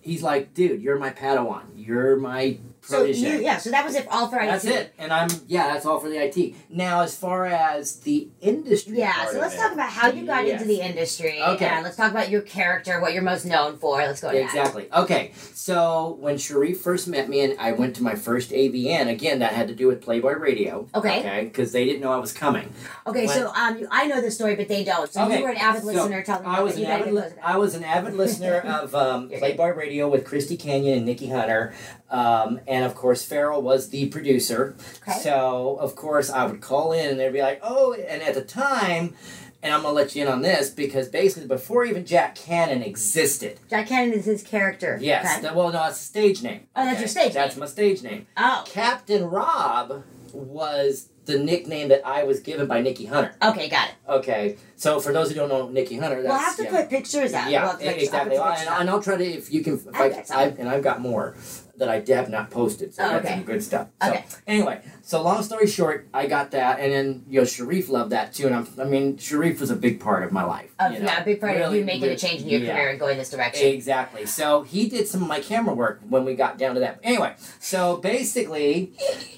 [SPEAKER 5] he's like, dude, you're my Padawan. You're my
[SPEAKER 4] so
[SPEAKER 5] protege.
[SPEAKER 4] you, yeah, so that was it all for
[SPEAKER 5] That's
[SPEAKER 4] IT.
[SPEAKER 5] it. And I'm yeah, that's all for the IT. Now as far as the industry.
[SPEAKER 4] Yeah,
[SPEAKER 5] part
[SPEAKER 4] so
[SPEAKER 5] of
[SPEAKER 4] let's
[SPEAKER 5] it,
[SPEAKER 4] talk about how you got
[SPEAKER 5] yes.
[SPEAKER 4] into the industry.
[SPEAKER 5] Okay.
[SPEAKER 4] And let's talk about your character, what you're most known for. Let's go to that.
[SPEAKER 5] Exactly. Okay. So when Sharif first met me and I went to my first AVN, again that had to do with Playboy Radio.
[SPEAKER 4] Okay.
[SPEAKER 5] Okay, because they didn't know I was coming.
[SPEAKER 4] Okay, so um, you, I know the story, but they don't. So
[SPEAKER 5] okay.
[SPEAKER 4] you were an avid
[SPEAKER 5] so
[SPEAKER 4] listener. Tell them
[SPEAKER 5] I
[SPEAKER 4] about
[SPEAKER 5] was
[SPEAKER 4] it.
[SPEAKER 5] an
[SPEAKER 4] you gotta get
[SPEAKER 5] avid li-
[SPEAKER 4] close to that.
[SPEAKER 5] I was an avid listener of um,
[SPEAKER 4] You're
[SPEAKER 5] Playboy Radio with Christy Canyon and Nikki Hunter, um, and of course Farrell was the producer.
[SPEAKER 4] Okay.
[SPEAKER 5] So of course I would call in and they'd be like, "Oh," and at the time. And I'm gonna let you in on this because basically, before even Jack Cannon existed,
[SPEAKER 4] Jack Cannon is his character.
[SPEAKER 5] Yes.
[SPEAKER 4] Okay.
[SPEAKER 5] that- well, no, that's a stage name.
[SPEAKER 4] Oh, that's your stage
[SPEAKER 5] That's
[SPEAKER 4] name.
[SPEAKER 5] my stage name.
[SPEAKER 4] oh.
[SPEAKER 5] Captain Rob was the nickname that I was given by Nikki Hunter.
[SPEAKER 4] Okay, got it.
[SPEAKER 5] Okay. So for those who don't know Nikki Hunter, that's
[SPEAKER 4] We'll have to
[SPEAKER 5] yeah.
[SPEAKER 4] put pictures out.
[SPEAKER 5] Yeah,
[SPEAKER 4] we'll have to
[SPEAKER 5] e-
[SPEAKER 4] put- I'll
[SPEAKER 5] exactly.
[SPEAKER 4] put the
[SPEAKER 5] Well,
[SPEAKER 4] pictures
[SPEAKER 5] and,
[SPEAKER 4] out.
[SPEAKER 5] and I'll try to if you can. If I,
[SPEAKER 4] I've got some.
[SPEAKER 5] I, and I've got more that I have not posted. So
[SPEAKER 4] Oh,
[SPEAKER 5] I got
[SPEAKER 4] okay.
[SPEAKER 5] some good stuff.
[SPEAKER 4] Okay.
[SPEAKER 5] So anyway, so long story short, I got that, and then you know Sharif loved that too, and I'm, I mean Sharif was a big part of my life.
[SPEAKER 4] Of-
[SPEAKER 5] you know,
[SPEAKER 4] yeah, a big part of
[SPEAKER 5] really
[SPEAKER 4] you making a
[SPEAKER 5] big-
[SPEAKER 4] change in your
[SPEAKER 5] yeah.
[SPEAKER 4] career and going this direction.
[SPEAKER 5] Exactly. So he did some of my camera work when we got down to that. Anyway, so basically,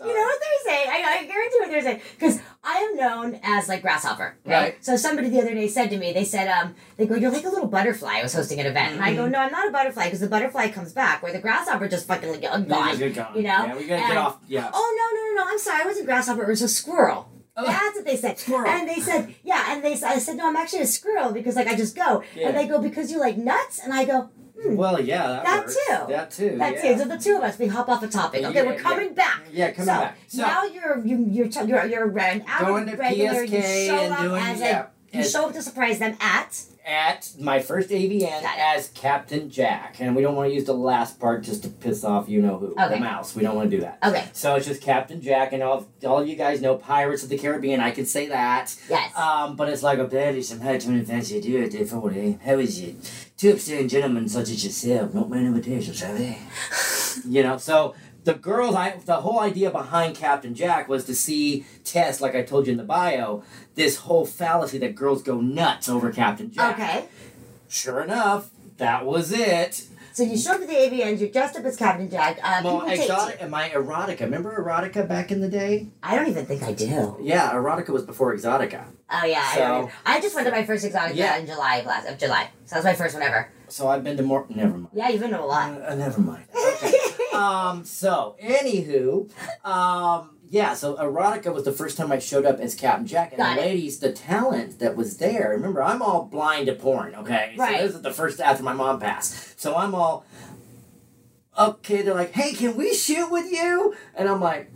[SPEAKER 4] You know what they're saying? I, I guarantee what they're saying. Because I am known as like grasshopper.
[SPEAKER 5] Right.
[SPEAKER 4] So somebody the other day said to me, they said, um, they go, you're like a little butterfly. I was hosting an event. And I
[SPEAKER 5] Mm-hmm.
[SPEAKER 4] go, no, I'm not a butterfly because the butterfly comes back where the grasshopper just fucking like, gone.
[SPEAKER 5] You're gone.
[SPEAKER 4] You know?
[SPEAKER 5] yeah, we gotta
[SPEAKER 4] And-
[SPEAKER 5] get off. Yeah,
[SPEAKER 4] Oh, no, no, no, no. I'm sorry. I wasn't grasshopper. It was a squirrel.
[SPEAKER 5] Oh.
[SPEAKER 4] That's what they said.
[SPEAKER 5] Squirrel.
[SPEAKER 4] And they said, yeah. And they s- I said, no, I'm actually a squirrel because like I just go.
[SPEAKER 5] Yeah.
[SPEAKER 4] And they go, because you like nuts? And I go,
[SPEAKER 5] well, yeah, that,
[SPEAKER 4] That
[SPEAKER 5] works.
[SPEAKER 4] too.
[SPEAKER 5] That too.
[SPEAKER 4] That's
[SPEAKER 5] yeah.
[SPEAKER 4] it. So the two of us, we hop off a topic. Okay,
[SPEAKER 5] Yeah,
[SPEAKER 4] we're
[SPEAKER 5] yeah.
[SPEAKER 4] coming back.
[SPEAKER 5] Yeah, coming
[SPEAKER 4] so,
[SPEAKER 5] back. So-
[SPEAKER 4] now you're you, you're t- you're you're an hour
[SPEAKER 5] Going to
[SPEAKER 4] regular. you
[SPEAKER 5] PSK
[SPEAKER 4] show
[SPEAKER 5] and
[SPEAKER 4] up
[SPEAKER 5] doing-
[SPEAKER 4] as
[SPEAKER 5] yeah,
[SPEAKER 4] a you
[SPEAKER 5] as-
[SPEAKER 4] show up to surprise them at.
[SPEAKER 5] At my first AVN
[SPEAKER 4] Got it.
[SPEAKER 5] as Captain Jack, and we don't want to use the last part just to piss off you know who,
[SPEAKER 4] Okay.
[SPEAKER 5] the mouse. We don't want to do that.
[SPEAKER 4] Okay.
[SPEAKER 5] So it's just Captain Jack, and all all of you guys know Pirates of the Caribbean. I can say that.
[SPEAKER 4] Yes.
[SPEAKER 5] Um, but it's like a barely some high to fancy do it for How is it? Two upstanding gentlemen such as yourself, not many limitations, have they? you know, so the girls, I the whole idea behind Captain Jack was to see test, like I told you in the bio, this whole fallacy that girls go nuts over Captain Jack.
[SPEAKER 4] Okay.
[SPEAKER 5] Sure enough, that was it.
[SPEAKER 4] So you showed up at the AVNs, you're dressed up as Captain Jack. Uh,
[SPEAKER 5] Well,
[SPEAKER 4] people take
[SPEAKER 5] exotic, my erotica. Remember erotica back in the day?
[SPEAKER 4] I don't even think I do.
[SPEAKER 5] Yeah, erotica was before exotica.
[SPEAKER 4] Oh yeah, I,
[SPEAKER 5] So-
[SPEAKER 4] don't even- I just went to my first exotic
[SPEAKER 5] Yeah.
[SPEAKER 4] in July of last of July. So that was my first one ever.
[SPEAKER 5] So I've been to more. Never mind.
[SPEAKER 4] Yeah, you've been to a lot.
[SPEAKER 5] Uh, never mind. Okay. um. So, anywho, um. Yeah. So, erotica was the first time I showed up as Captain Jack, and
[SPEAKER 4] Got
[SPEAKER 5] the
[SPEAKER 4] it.
[SPEAKER 5] ladies, the talent that was there. Remember, I'm all blind to porn. Okay.
[SPEAKER 4] Right.
[SPEAKER 5] So this is the first after my mom passed. So I'm all. Okay, they're like, "Hey, can we shoot with you?" And I'm like,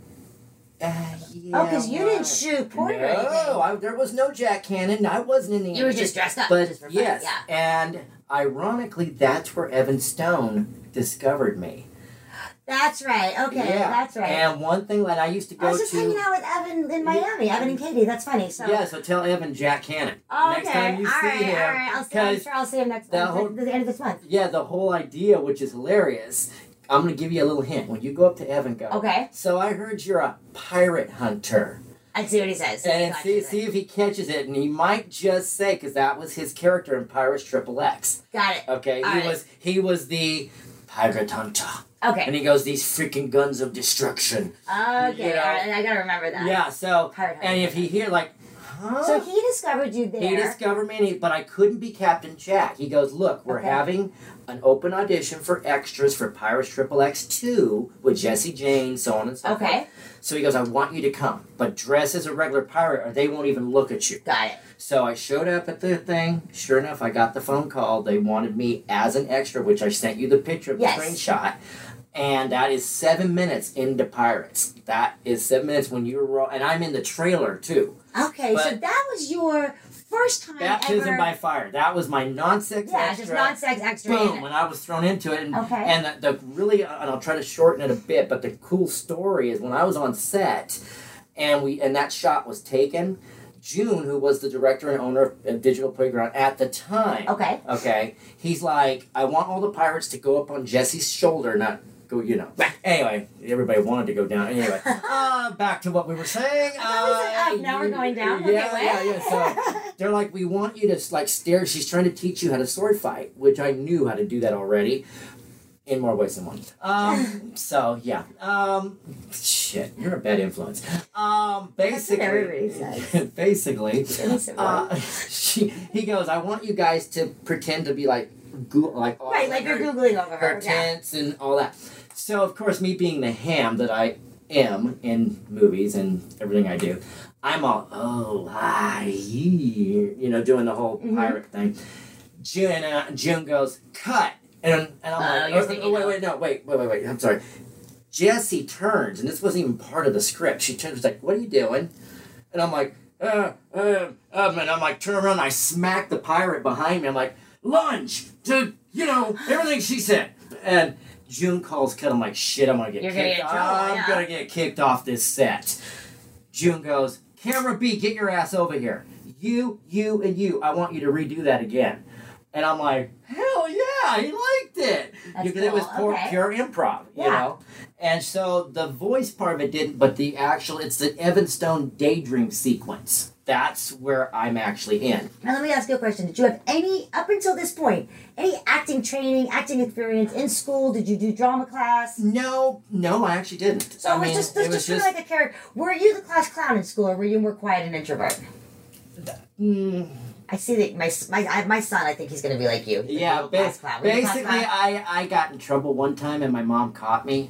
[SPEAKER 5] uh, yeah,
[SPEAKER 4] oh, because you didn't
[SPEAKER 5] what?"
[SPEAKER 4] shoot porn or
[SPEAKER 5] No,
[SPEAKER 4] anything.
[SPEAKER 5] I, there was no Jack Cannon. I wasn't in the.
[SPEAKER 4] You were just dressed up.
[SPEAKER 5] But
[SPEAKER 4] Uh, just for fun.
[SPEAKER 5] yes,
[SPEAKER 4] Yeah.
[SPEAKER 5] and ironically, that's where Evan Stone discovered me.
[SPEAKER 4] That's right. Okay,
[SPEAKER 5] yeah,
[SPEAKER 4] that's right.
[SPEAKER 5] And one thing that I used to go
[SPEAKER 4] I was just
[SPEAKER 5] to.
[SPEAKER 4] hanging out with Evan in Miami, Evan and Katie. That's funny. So.
[SPEAKER 5] Yeah, so tell Evan Jack Cannon
[SPEAKER 4] Oh, okay.
[SPEAKER 5] next time you
[SPEAKER 4] all
[SPEAKER 5] see
[SPEAKER 4] right,
[SPEAKER 5] him.
[SPEAKER 4] all right. I'll see. I'm
[SPEAKER 5] 'cause,
[SPEAKER 4] sure I'll see him next.
[SPEAKER 5] the
[SPEAKER 4] uh,
[SPEAKER 5] whole-
[SPEAKER 4] the end of this month.
[SPEAKER 5] Yeah, the whole idea, which is hilarious. I'm gonna give you a little hint. When you go up to Evan, go.
[SPEAKER 4] Okay.
[SPEAKER 5] So I heard you're a pirate hunter.
[SPEAKER 4] I see what he says.
[SPEAKER 5] and
[SPEAKER 4] Gotcha.
[SPEAKER 5] see, see if he catches it. And he might just say, because that was his character in Pirates Triple X.
[SPEAKER 4] Got it.
[SPEAKER 5] Okay,
[SPEAKER 4] All
[SPEAKER 5] he
[SPEAKER 4] right.
[SPEAKER 5] was he was the pirate hunter,
[SPEAKER 4] Okay.
[SPEAKER 5] and he goes these freaking guns of destruction.
[SPEAKER 4] Okay.
[SPEAKER 5] you know.
[SPEAKER 4] all right. And I gotta remember that.
[SPEAKER 5] Yeah, so
[SPEAKER 4] Pirate hunter.
[SPEAKER 5] and if he hear like, huh?
[SPEAKER 4] So he discovered you there.
[SPEAKER 5] He discovered me, and he, but I couldn't be Captain Jack. He goes, look, we're
[SPEAKER 4] Okay.
[SPEAKER 5] having an open audition for extras for Pirates Triple X Two with Jesse Jane, so on and so forth.
[SPEAKER 4] Okay.
[SPEAKER 5] So he goes, I want you to come, but dress as a regular pirate, or they won't even look at you.
[SPEAKER 4] Got it.
[SPEAKER 5] So I showed up at the thing. Sure enough, I got the phone call. They wanted me as an extra, which I sent you the picture of
[SPEAKER 4] Yes.
[SPEAKER 5] the screenshot. And that is seven minutes into Pirates. That is seven minutes when you were raw. And I'm in the trailer too.
[SPEAKER 4] Okay. so
[SPEAKER 5] But-
[SPEAKER 4] that was your first time
[SPEAKER 5] Baptism
[SPEAKER 4] ever.
[SPEAKER 5] by fire. That was my non sex
[SPEAKER 4] yeah,
[SPEAKER 5] extra.
[SPEAKER 4] just non-sex extra.
[SPEAKER 5] Boom! When I was thrown into it, and,
[SPEAKER 4] Okay.
[SPEAKER 5] and the, the really, uh, and I'll try to shorten it a bit, but the cool story is when I was on set, and we and that shot was taken. June, who was the director and owner of uh, Digital Playground at the time,
[SPEAKER 4] Okay.
[SPEAKER 5] okay, he's like, I want all the pirates to go up on Jesse's shoulder, not go, you know. Anyway, everybody wanted to go down. Anyway, uh, back to what we were saying.
[SPEAKER 4] thought we said
[SPEAKER 5] Uh,
[SPEAKER 4] up, now we're going down. Okay,
[SPEAKER 5] Yeah,
[SPEAKER 4] wait.
[SPEAKER 5] yeah, yeah. So they're like, we want you to like stare. She's trying to teach you how to sword fight, which I knew how to do that already, in more ways than one. Um, so yeah. Um, shit, you're a bad influence. Um, basically,
[SPEAKER 4] everybody says.
[SPEAKER 5] basically,
[SPEAKER 4] Innocent one.
[SPEAKER 5] uh, she he goes, I want you guys to pretend to be like, go- like all
[SPEAKER 4] Right, like you're
[SPEAKER 5] her-
[SPEAKER 4] googling over
[SPEAKER 5] her
[SPEAKER 4] her. Yeah.
[SPEAKER 5] tents and all that. So of course, me being the ham that I am in movies and everything I do, I'm all oh ah, yeah," you know, doing the whole
[SPEAKER 4] Mm-hmm.
[SPEAKER 5] pirate thing. June uh, June goes cut, and and I'm
[SPEAKER 4] Oh,
[SPEAKER 5] like,
[SPEAKER 4] you're
[SPEAKER 5] "Oh,
[SPEAKER 4] thinking
[SPEAKER 5] oh, wait,
[SPEAKER 4] of-
[SPEAKER 5] wait, no, wait, wait, wait, wait. I'm sorry. Jesse turns, and this wasn't even part of the script. She turns, she's like, "What are you doing?" And I'm like, uh, uh, um, and I'm like, turn around. And I smack the pirate behind me. I'm like, lunge to, you know, everything she said. And June calls cut. I'm like, shit, I'm gonna get
[SPEAKER 4] You're gonna
[SPEAKER 5] kicked.
[SPEAKER 4] get in trouble,
[SPEAKER 5] I'm
[SPEAKER 4] yeah.
[SPEAKER 5] gonna get kicked off this set. June goes, camera B, get your ass over here. You, you, and you. I want you to redo that again. And I'm like, hell yeah, he liked it.
[SPEAKER 4] That's
[SPEAKER 5] Because it was
[SPEAKER 4] cool,
[SPEAKER 5] pure,
[SPEAKER 4] okay.
[SPEAKER 5] pure improv, you
[SPEAKER 4] Yeah.
[SPEAKER 5] know? And so the voice part of it didn't, but the actual, it's the Evan Stone daydream sequence. That's where I'm actually in.
[SPEAKER 4] Now let me ask you a question. Did you have any up until this point any acting training, acting experience in school? Did you do drama class?
[SPEAKER 5] No, no, I actually didn't.
[SPEAKER 4] So
[SPEAKER 5] I
[SPEAKER 4] it was
[SPEAKER 5] mean,
[SPEAKER 4] just this
[SPEAKER 5] it was
[SPEAKER 4] just, kind of like a character. Were you the class clown in school, or were you more quiet and introvert? Hmm, I see that my my I- my son. I think he's gonna be like you. He's like
[SPEAKER 5] yeah,
[SPEAKER 4] the
[SPEAKER 5] ba-
[SPEAKER 4] class clown. Were you the class
[SPEAKER 5] basically,
[SPEAKER 4] clown?
[SPEAKER 5] I, I got in trouble one time and my mom caught me.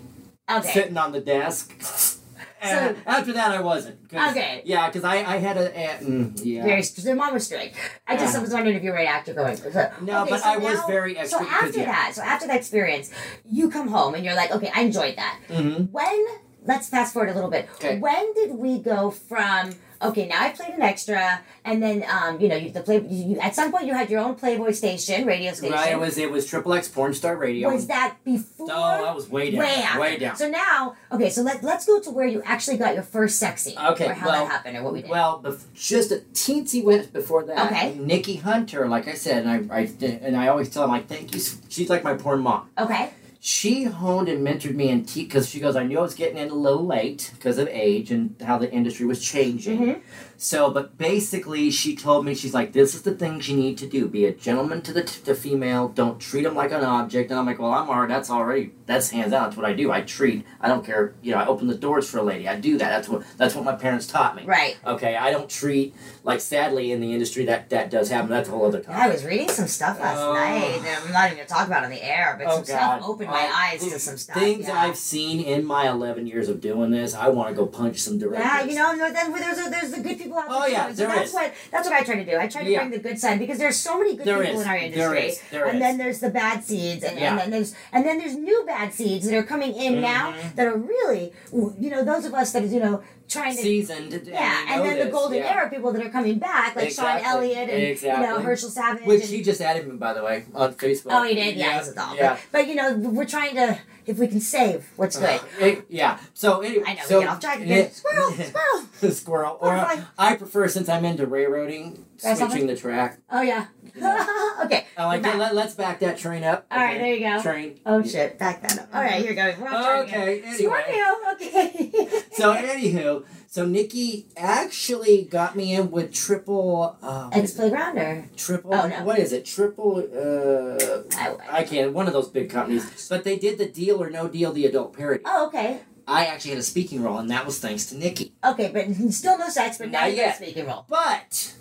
[SPEAKER 4] okay.
[SPEAKER 5] sitting on the desk. And after that, I wasn't. 'cause-
[SPEAKER 4] Okay.
[SPEAKER 5] Yeah, because I, I had a, a mm, yeah.
[SPEAKER 4] Very, their mom was strict. I just
[SPEAKER 5] Yeah.
[SPEAKER 4] was wondering if you were an actor going. So,
[SPEAKER 5] No,
[SPEAKER 4] okay,
[SPEAKER 5] but
[SPEAKER 4] so
[SPEAKER 5] I was
[SPEAKER 4] now-
[SPEAKER 5] very
[SPEAKER 4] So
[SPEAKER 5] extra- 'cause,
[SPEAKER 4] after
[SPEAKER 5] yeah.
[SPEAKER 4] that, so after that experience, you come home and you're like, okay, I enjoyed that. When let's fast forward a little bit.
[SPEAKER 5] Mm-hmm. Okay.
[SPEAKER 4] When did we go from okay, now I played an extra, and then um, you know, you, the play. You, you- at some point, you had your own Playboy station, radio station.
[SPEAKER 5] right. It was it was Triple X Porn Star Radio.
[SPEAKER 4] Was that before?
[SPEAKER 5] Oh, that was way down,
[SPEAKER 4] Way after.
[SPEAKER 5] way down.
[SPEAKER 4] So now, okay, so let, let's go to where you actually got your first sex scene.
[SPEAKER 5] Okay,
[SPEAKER 4] Or how
[SPEAKER 5] well-
[SPEAKER 4] that happened or what we did.
[SPEAKER 5] well, bef- just a teensy whiff before that.
[SPEAKER 4] Okay.
[SPEAKER 5] Nikki Hunter, like I said, and I, I and I always tell him like, thank you. s- She's like my porn mom.
[SPEAKER 4] okay.
[SPEAKER 5] she honed and mentored me in tea because she goes, I knew I was getting in a little late because of age and how the industry was changing.
[SPEAKER 4] Mm-hmm.
[SPEAKER 5] So, but basically, she told me, she's like, this is the things you need to do. Be a gentleman to the t- to female. Don't treat them like an object. And I'm like, well, I'm already, that's already, that's hands out. That's what I do. I treat. I don't care. You know, I open the doors for a lady. I do that. That's what, that's what my parents taught me.
[SPEAKER 4] Right.
[SPEAKER 5] Okay. I don't treat, like, sadly, in the industry, that, that does happen. That's a whole other topic.
[SPEAKER 4] I was reading some stuff last
[SPEAKER 5] Oh.
[SPEAKER 4] night that I'm not even gonna talk about on the air, but
[SPEAKER 5] Oh,
[SPEAKER 4] some stuff
[SPEAKER 5] God.
[SPEAKER 4] opened my
[SPEAKER 5] Oh,
[SPEAKER 4] eyes to some stuff.
[SPEAKER 5] Things
[SPEAKER 4] yeah.
[SPEAKER 5] I've seen in my 11 years of doing this, I want to go punch some directors.
[SPEAKER 4] Yeah, you know, no, then there's a, there's the good people out there.
[SPEAKER 5] Oh,
[SPEAKER 4] too.
[SPEAKER 5] yeah,
[SPEAKER 4] And
[SPEAKER 5] there
[SPEAKER 4] so that's
[SPEAKER 5] is.
[SPEAKER 4] what that's what I try to do. I try to
[SPEAKER 5] Yeah.
[SPEAKER 4] bring the good side because there's so many good
[SPEAKER 5] There
[SPEAKER 4] people
[SPEAKER 5] is.
[SPEAKER 4] in our
[SPEAKER 5] There
[SPEAKER 4] industry.
[SPEAKER 5] is. There
[SPEAKER 4] and
[SPEAKER 5] is.
[SPEAKER 4] then there's the bad seeds, and,
[SPEAKER 5] Yeah.
[SPEAKER 4] and then there's and then there's new bad seeds that are coming in now
[SPEAKER 5] Mm-hmm.
[SPEAKER 4] that are really, you know, those of us that are you know trying to
[SPEAKER 5] seasoned. and
[SPEAKER 4] Yeah,
[SPEAKER 5] you
[SPEAKER 4] and
[SPEAKER 5] know
[SPEAKER 4] then the
[SPEAKER 5] this,
[SPEAKER 4] golden
[SPEAKER 5] yeah.
[SPEAKER 4] era people that are coming back, like Sean
[SPEAKER 5] Exactly.
[SPEAKER 4] Elliott and you know
[SPEAKER 5] Exactly.
[SPEAKER 4] Herschel Savage.
[SPEAKER 5] Which
[SPEAKER 4] and-
[SPEAKER 5] he just added me, by the way, on Facebook.
[SPEAKER 4] oh, he did. Yeah, he's a doll.
[SPEAKER 5] Yeah.
[SPEAKER 4] But, but, you know, we're trying to if we can save what's good.
[SPEAKER 5] Eh, yeah. So anyway,
[SPEAKER 4] I know
[SPEAKER 5] so,
[SPEAKER 4] we get off track again. Squirrel, squirrel.
[SPEAKER 5] squirrel. Or uh,
[SPEAKER 4] Butterfly.
[SPEAKER 5] I prefer since I'm into railroading,
[SPEAKER 4] That's
[SPEAKER 5] switching the track.
[SPEAKER 4] Oh yeah. okay.
[SPEAKER 5] I
[SPEAKER 4] we're
[SPEAKER 5] like
[SPEAKER 4] back.
[SPEAKER 5] let, let's back that train up.
[SPEAKER 4] All right, there you go.
[SPEAKER 5] Train.
[SPEAKER 4] Oh shit, back that up. All right, here goes. We're off track again.
[SPEAKER 5] Okay. Anyway.
[SPEAKER 4] Scorpio. Okay.
[SPEAKER 5] So anywho, so Nikki actually got me in with triple. Uh, what
[SPEAKER 4] Ex
[SPEAKER 5] is it?
[SPEAKER 4] Playgrounder.
[SPEAKER 5] triple.
[SPEAKER 4] Oh, no.
[SPEAKER 5] What is it? Triple. Uh,
[SPEAKER 4] I-
[SPEAKER 5] I can't. One of those big companies, but they did the Deal or No Deal, the adult parody.
[SPEAKER 4] Oh okay.
[SPEAKER 5] I actually had a speaking role, and that was thanks to Nikki.
[SPEAKER 4] Okay, but still no sex, but now
[SPEAKER 5] Not
[SPEAKER 4] you got a
[SPEAKER 5] yet.
[SPEAKER 4] speaking role.
[SPEAKER 5] But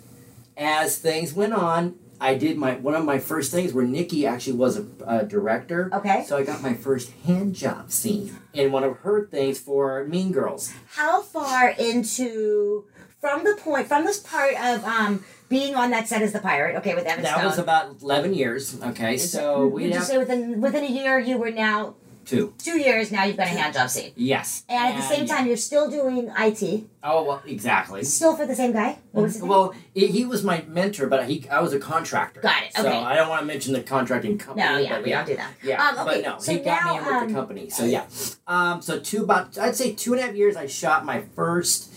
[SPEAKER 5] as things went on, I did my one of my first things where Nikki actually was a, a director.
[SPEAKER 4] Okay.
[SPEAKER 5] So I got my first hand job scene in one of her things for Mean Girls.
[SPEAKER 4] How far into from the point from this part of um being on that set as the pirate? Okay, with Evan
[SPEAKER 5] That
[SPEAKER 4] Stone.
[SPEAKER 5] was about eleven years. Okay, so we
[SPEAKER 4] Would you
[SPEAKER 5] have
[SPEAKER 4] say within within a year you were now
[SPEAKER 5] two.
[SPEAKER 4] two years now you've got a hand job scene,
[SPEAKER 5] Yes.
[SPEAKER 4] and at the same time you're still doing IT,
[SPEAKER 5] Oh well, exactly.
[SPEAKER 4] still for the same guy. What was his name?
[SPEAKER 5] Well, he he was my mentor, but he I was a contractor.
[SPEAKER 4] Got it,
[SPEAKER 5] So
[SPEAKER 4] okay.
[SPEAKER 5] I don't want to mention the contracting company.
[SPEAKER 4] No, yeah,
[SPEAKER 5] but
[SPEAKER 4] we don't do that.
[SPEAKER 5] Yeah,
[SPEAKER 4] Um, okay,
[SPEAKER 5] but no,
[SPEAKER 4] so
[SPEAKER 5] he got
[SPEAKER 4] now,
[SPEAKER 5] me in with
[SPEAKER 4] um,
[SPEAKER 5] the company. So yeah, um, so two about I'd say two and a half years. I shot my first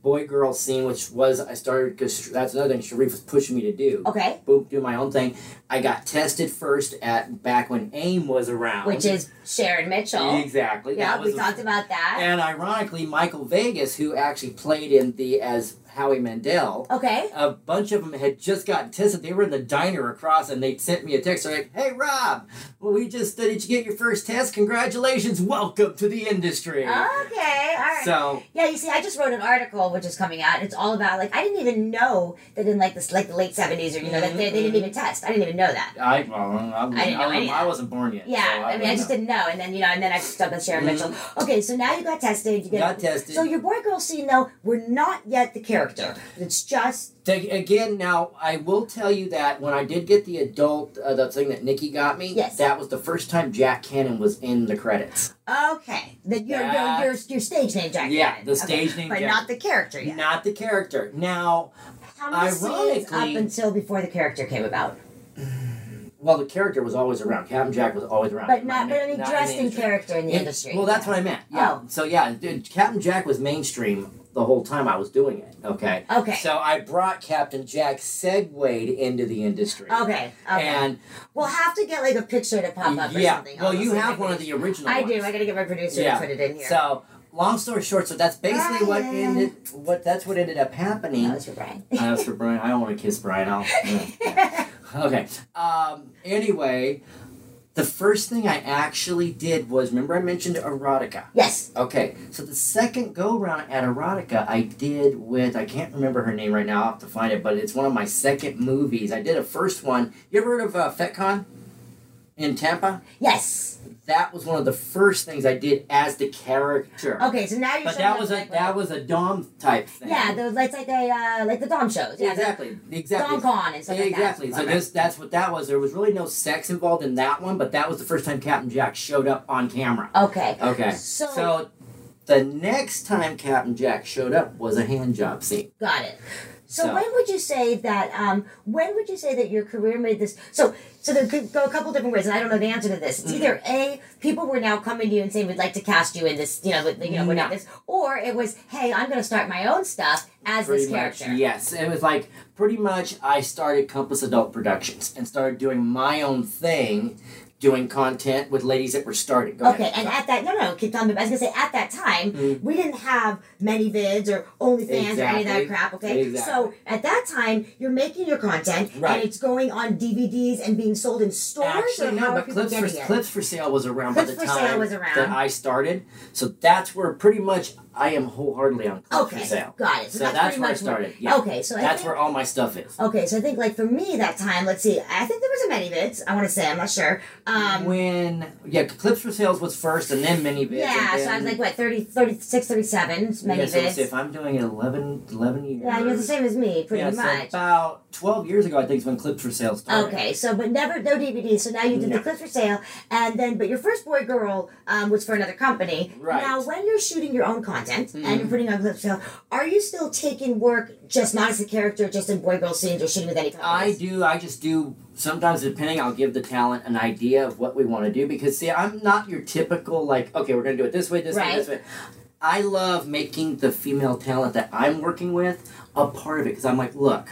[SPEAKER 5] boy girl scene, which was I started because that's another thing Sharif was pushing me to do.
[SPEAKER 4] Okay.
[SPEAKER 5] boom, do my own thing. I got tested first at back when AIM was around,
[SPEAKER 4] Which is Sharon Mitchell.
[SPEAKER 5] exactly
[SPEAKER 4] Yeah,
[SPEAKER 5] that was
[SPEAKER 4] we
[SPEAKER 5] the-
[SPEAKER 4] talked about that.
[SPEAKER 5] And ironically, Michael Vegas, who actually played in the as Howie Mandel,
[SPEAKER 4] Okay.
[SPEAKER 5] a bunch of them had just gotten tested. They were in the diner across, and they sent me a text. They're like, "Hey, Rob, well, we just did you get your first test? Congratulations! Welcome to the industry."
[SPEAKER 4] Okay. All right.
[SPEAKER 5] So
[SPEAKER 4] yeah, you see, I just wrote an article which is coming out. It's all about like I didn't even know that in like this like the late seventies or you know
[SPEAKER 5] Mm-hmm,
[SPEAKER 4] that they, they didn't even test. I didn't even know that.
[SPEAKER 5] I, well, I, was,
[SPEAKER 4] I didn't know any of that.
[SPEAKER 5] wasn't born yet.
[SPEAKER 4] Yeah,
[SPEAKER 5] so
[SPEAKER 4] I, mean, I
[SPEAKER 5] wouldn't
[SPEAKER 4] just
[SPEAKER 5] know.
[SPEAKER 4] didn't know, and then you know, and then I stuck with Sharon Mitchell. Okay, so now you got tested. You get,
[SPEAKER 5] Mm-hmm. Got tested.
[SPEAKER 4] So your boy girl scene though, we're not yet the character. It's just
[SPEAKER 5] Take- Again, now I will tell you that when I did get the adult, uh, the thing that Nikki got me,
[SPEAKER 4] Yes.
[SPEAKER 5] that was the first time Jack Cannon was in the credits.
[SPEAKER 4] okay. That your your, your
[SPEAKER 5] That's-
[SPEAKER 4] your stage name, Jack.
[SPEAKER 5] Yeah,
[SPEAKER 4] Cannon.
[SPEAKER 5] the stage
[SPEAKER 4] Okay,
[SPEAKER 5] name
[SPEAKER 4] but
[SPEAKER 5] Jack-
[SPEAKER 4] not the character yet.
[SPEAKER 5] Not the character. Now,
[SPEAKER 4] How many scenes up
[SPEAKER 5] Ironically-
[SPEAKER 4] until before the character came about?
[SPEAKER 5] well, the character was always around. Captain Jack was always around.
[SPEAKER 4] But not, but I mean,
[SPEAKER 5] Not
[SPEAKER 4] dressed in
[SPEAKER 5] industry.
[SPEAKER 4] character in the
[SPEAKER 5] It-
[SPEAKER 4] industry.
[SPEAKER 5] Well, that's what I meant. Yeah.
[SPEAKER 4] Oh.
[SPEAKER 5] So yeah, dude, Captain Jack was mainstream the whole time I was doing it. Okay.
[SPEAKER 4] Okay.
[SPEAKER 5] So I brought Captain Jack segued into the industry.
[SPEAKER 4] Okay. Okay.
[SPEAKER 5] And
[SPEAKER 4] we'll have to get like a picture to pop up. Or
[SPEAKER 5] yeah,
[SPEAKER 4] something,
[SPEAKER 5] well, you
[SPEAKER 4] honestly,
[SPEAKER 5] have
[SPEAKER 4] maybe.
[SPEAKER 5] one of the original.
[SPEAKER 4] I do.
[SPEAKER 5] ones.
[SPEAKER 4] I gotta get my producer
[SPEAKER 5] yeah.
[SPEAKER 4] to put it in here.
[SPEAKER 5] So long story short, so that's basically what
[SPEAKER 4] Brian.
[SPEAKER 5] ended. What that's what ended up happening.
[SPEAKER 4] that was for Brian.
[SPEAKER 5] I asked for Brian. I don't want to kiss Brian. I'll. okay. Um, anyway, the first thing I actually did was remember I mentioned erotica.
[SPEAKER 4] yes.
[SPEAKER 5] Okay, so the second go round at erotica I did with I can't remember her name right now. I'll have to find it, but it's one of my second movies. I did a first one. You ever heard of uh, FetCon in Tampa?
[SPEAKER 4] Yes.
[SPEAKER 5] That was one of the first things I did as the character.
[SPEAKER 4] Okay. So now you're.
[SPEAKER 5] But
[SPEAKER 4] showing
[SPEAKER 5] that
[SPEAKER 4] us,
[SPEAKER 5] was a
[SPEAKER 4] like,
[SPEAKER 5] that was a dom type thing.
[SPEAKER 4] Yeah, there was like like a uh, like the dom shows. Yeah,
[SPEAKER 5] Exactly. Exactly.
[SPEAKER 4] Dom con and stuff like that.
[SPEAKER 5] exactly. So this that's what that was. There was really no sex involved in that one, but that was the first time Captain Jack showed up on camera.
[SPEAKER 4] Okay.
[SPEAKER 5] Okay.
[SPEAKER 4] So-
[SPEAKER 5] the next time Captain Jack showed up was a hand job scene.
[SPEAKER 4] Got it. So,
[SPEAKER 5] So-
[SPEAKER 4] when would you say that? Um, when would you say that your career made this? So so there could go a couple different ways, and I don't know the answer to this. It's either
[SPEAKER 5] Mm-hmm.
[SPEAKER 4] a people were now coming to you and saying we'd like to cast you in this, you know, with- you know, we're not this, or it was hey, I'm going to start my own stuff as
[SPEAKER 5] Pretty
[SPEAKER 4] this character.
[SPEAKER 5] Much, yes. It was like pretty much I started Compass Adult Productions and started doing my own thing. doing content with ladies that were starting. Go
[SPEAKER 4] Okay,
[SPEAKER 5] ahead.
[SPEAKER 4] and at that no no keep talking. About, I was gonna say at that time
[SPEAKER 5] Mm.
[SPEAKER 4] we didn't have many vids or OnlyFans or any of
[SPEAKER 5] Exactly.
[SPEAKER 4] that crap. Okay, so
[SPEAKER 5] Exactly.
[SPEAKER 4] at that time you're making your content
[SPEAKER 5] Right.
[SPEAKER 4] and it's going on DVDs and being sold in stores. or
[SPEAKER 5] Actually,
[SPEAKER 4] how
[SPEAKER 5] no,
[SPEAKER 4] are
[SPEAKER 5] but
[SPEAKER 4] people
[SPEAKER 5] clips for,
[SPEAKER 4] getting it?
[SPEAKER 5] clips for sale was around by
[SPEAKER 4] Clips
[SPEAKER 5] the
[SPEAKER 4] for Sale
[SPEAKER 5] time
[SPEAKER 4] was around.
[SPEAKER 5] that I started. So that's where pretty much I am wholeheartedly on clips
[SPEAKER 4] Okay,
[SPEAKER 5] for sale.
[SPEAKER 4] got it. So
[SPEAKER 5] So,
[SPEAKER 4] that's
[SPEAKER 5] that's,
[SPEAKER 4] pretty
[SPEAKER 5] where I
[SPEAKER 4] much where-
[SPEAKER 5] started. Yeah.
[SPEAKER 4] Okay, so I
[SPEAKER 5] that's
[SPEAKER 4] think-
[SPEAKER 5] where all my stuff is.
[SPEAKER 4] Okay, so I think like for me that time, let's see, I think there was a many vids. I want to say I'm not sure. Um,
[SPEAKER 5] when yeah, clips for sales was first, and then mini vids.
[SPEAKER 4] yeah,
[SPEAKER 5] and
[SPEAKER 4] so I was
[SPEAKER 5] then-
[SPEAKER 4] like what 30, 36, 37 many
[SPEAKER 5] yeah, so let's see,
[SPEAKER 4] vids.
[SPEAKER 5] if I'm doing 11, 11 years.
[SPEAKER 4] Yeah, you're the same as me, pretty
[SPEAKER 5] yeah, so
[SPEAKER 4] much.
[SPEAKER 5] about twelve years ago, I think is when clips for sales started.
[SPEAKER 4] Okay, so but never no DVD. So now you did the
[SPEAKER 5] No.
[SPEAKER 4] clips for sale, and then but your first boy girl um, was for another company.
[SPEAKER 5] Right. Mm-hmm.
[SPEAKER 4] Now, when you're shooting your own content and you're putting on clips for sale, are you still taking work just not as a character, just in boy girl scenes or shooting with any
[SPEAKER 5] I
[SPEAKER 4] companies?
[SPEAKER 5] do. I just do. Sometimes, depending, I'll give the talent an idea of what we want to do because, see, I'm not your typical like, okay, we're gonna do it this way, this way, this
[SPEAKER 4] Right.
[SPEAKER 5] way. I love making the female talent that I'm working with a part of it because I'm like, look,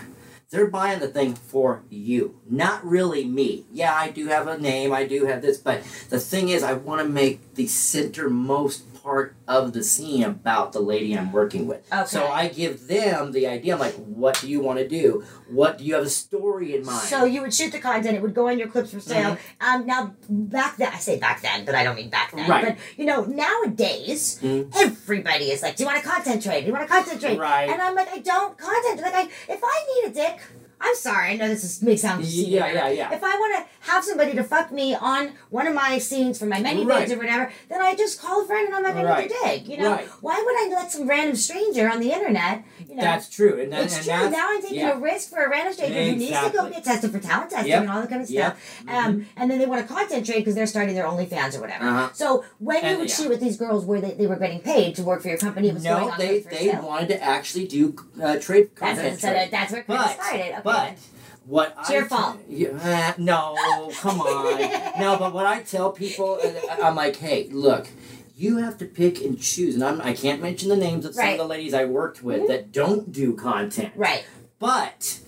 [SPEAKER 5] they're buying the thing for you, not really me. Yeah, I do have a name, I do have this, but the thing is, I want to make the centermost part of the scene about the lady I'm working with. So
[SPEAKER 4] Okay.
[SPEAKER 5] I give them the idea. I'm like, what do you want to do? What do you have a story in mind? Mm-hmm.
[SPEAKER 4] So you would shoot the content; it would go on your clips for sale. Um, now back then, I say back then, but I don't mean back then.
[SPEAKER 5] Right. Mm-hmm.
[SPEAKER 4] But you know, nowadays everybody is like, "Do you want a content trade? Do you want a content trade?"
[SPEAKER 5] Right.
[SPEAKER 4] And I'm like, "I don't content like I if I need a dick." I'm sorry. I know this is, may sound
[SPEAKER 5] Yeah,
[SPEAKER 4] conceited,
[SPEAKER 5] yeah, yeah.
[SPEAKER 4] If I want to have somebody to fuck me on one of my scenes for my many
[SPEAKER 5] Right.
[SPEAKER 4] vids or whatever, then I just call a friend and I'm like, I
[SPEAKER 5] Right.
[SPEAKER 4] need a dick. You know,
[SPEAKER 5] Right.
[SPEAKER 4] why would I let some random stranger on the internet? You know,
[SPEAKER 5] that's true. And that,
[SPEAKER 4] it's
[SPEAKER 5] and
[SPEAKER 4] true.
[SPEAKER 5] That's,
[SPEAKER 4] Now I'm taking
[SPEAKER 5] yeah.
[SPEAKER 4] a risk for a random stranger who needs to go
[SPEAKER 5] Exactly.
[SPEAKER 4] get tested for talent testing
[SPEAKER 5] Yep.
[SPEAKER 4] and all that kind of
[SPEAKER 5] Yep. Mm-hmm.
[SPEAKER 4] stuff. Um, and then they want to content trade because they're starting their OnlyFans or whatever.
[SPEAKER 5] Uh-huh.
[SPEAKER 4] So when you
[SPEAKER 5] And-
[SPEAKER 4] would
[SPEAKER 5] yeah.
[SPEAKER 4] shoot with these girls, were they, they were getting paid to work for your company? It was going
[SPEAKER 5] No,
[SPEAKER 4] on
[SPEAKER 5] they
[SPEAKER 4] for
[SPEAKER 5] they
[SPEAKER 4] sale.
[SPEAKER 5] wanted to actually do uh, trade
[SPEAKER 4] That's what-
[SPEAKER 5] content.
[SPEAKER 4] so
[SPEAKER 5] trade.
[SPEAKER 4] that- that's where Chris
[SPEAKER 5] but,
[SPEAKER 4] started. Okay.
[SPEAKER 5] But what
[SPEAKER 4] It's
[SPEAKER 5] I
[SPEAKER 4] your fault.
[SPEAKER 5] Yeah, uh, no, come on. no, but what I tell people, uh, I'm like, hey, look. You have to pick and choose, and I'm, I can't mention the names of some
[SPEAKER 4] Right. Mm-hmm.
[SPEAKER 5] of the ladies I worked with that don't do content.
[SPEAKER 4] Right.
[SPEAKER 5] But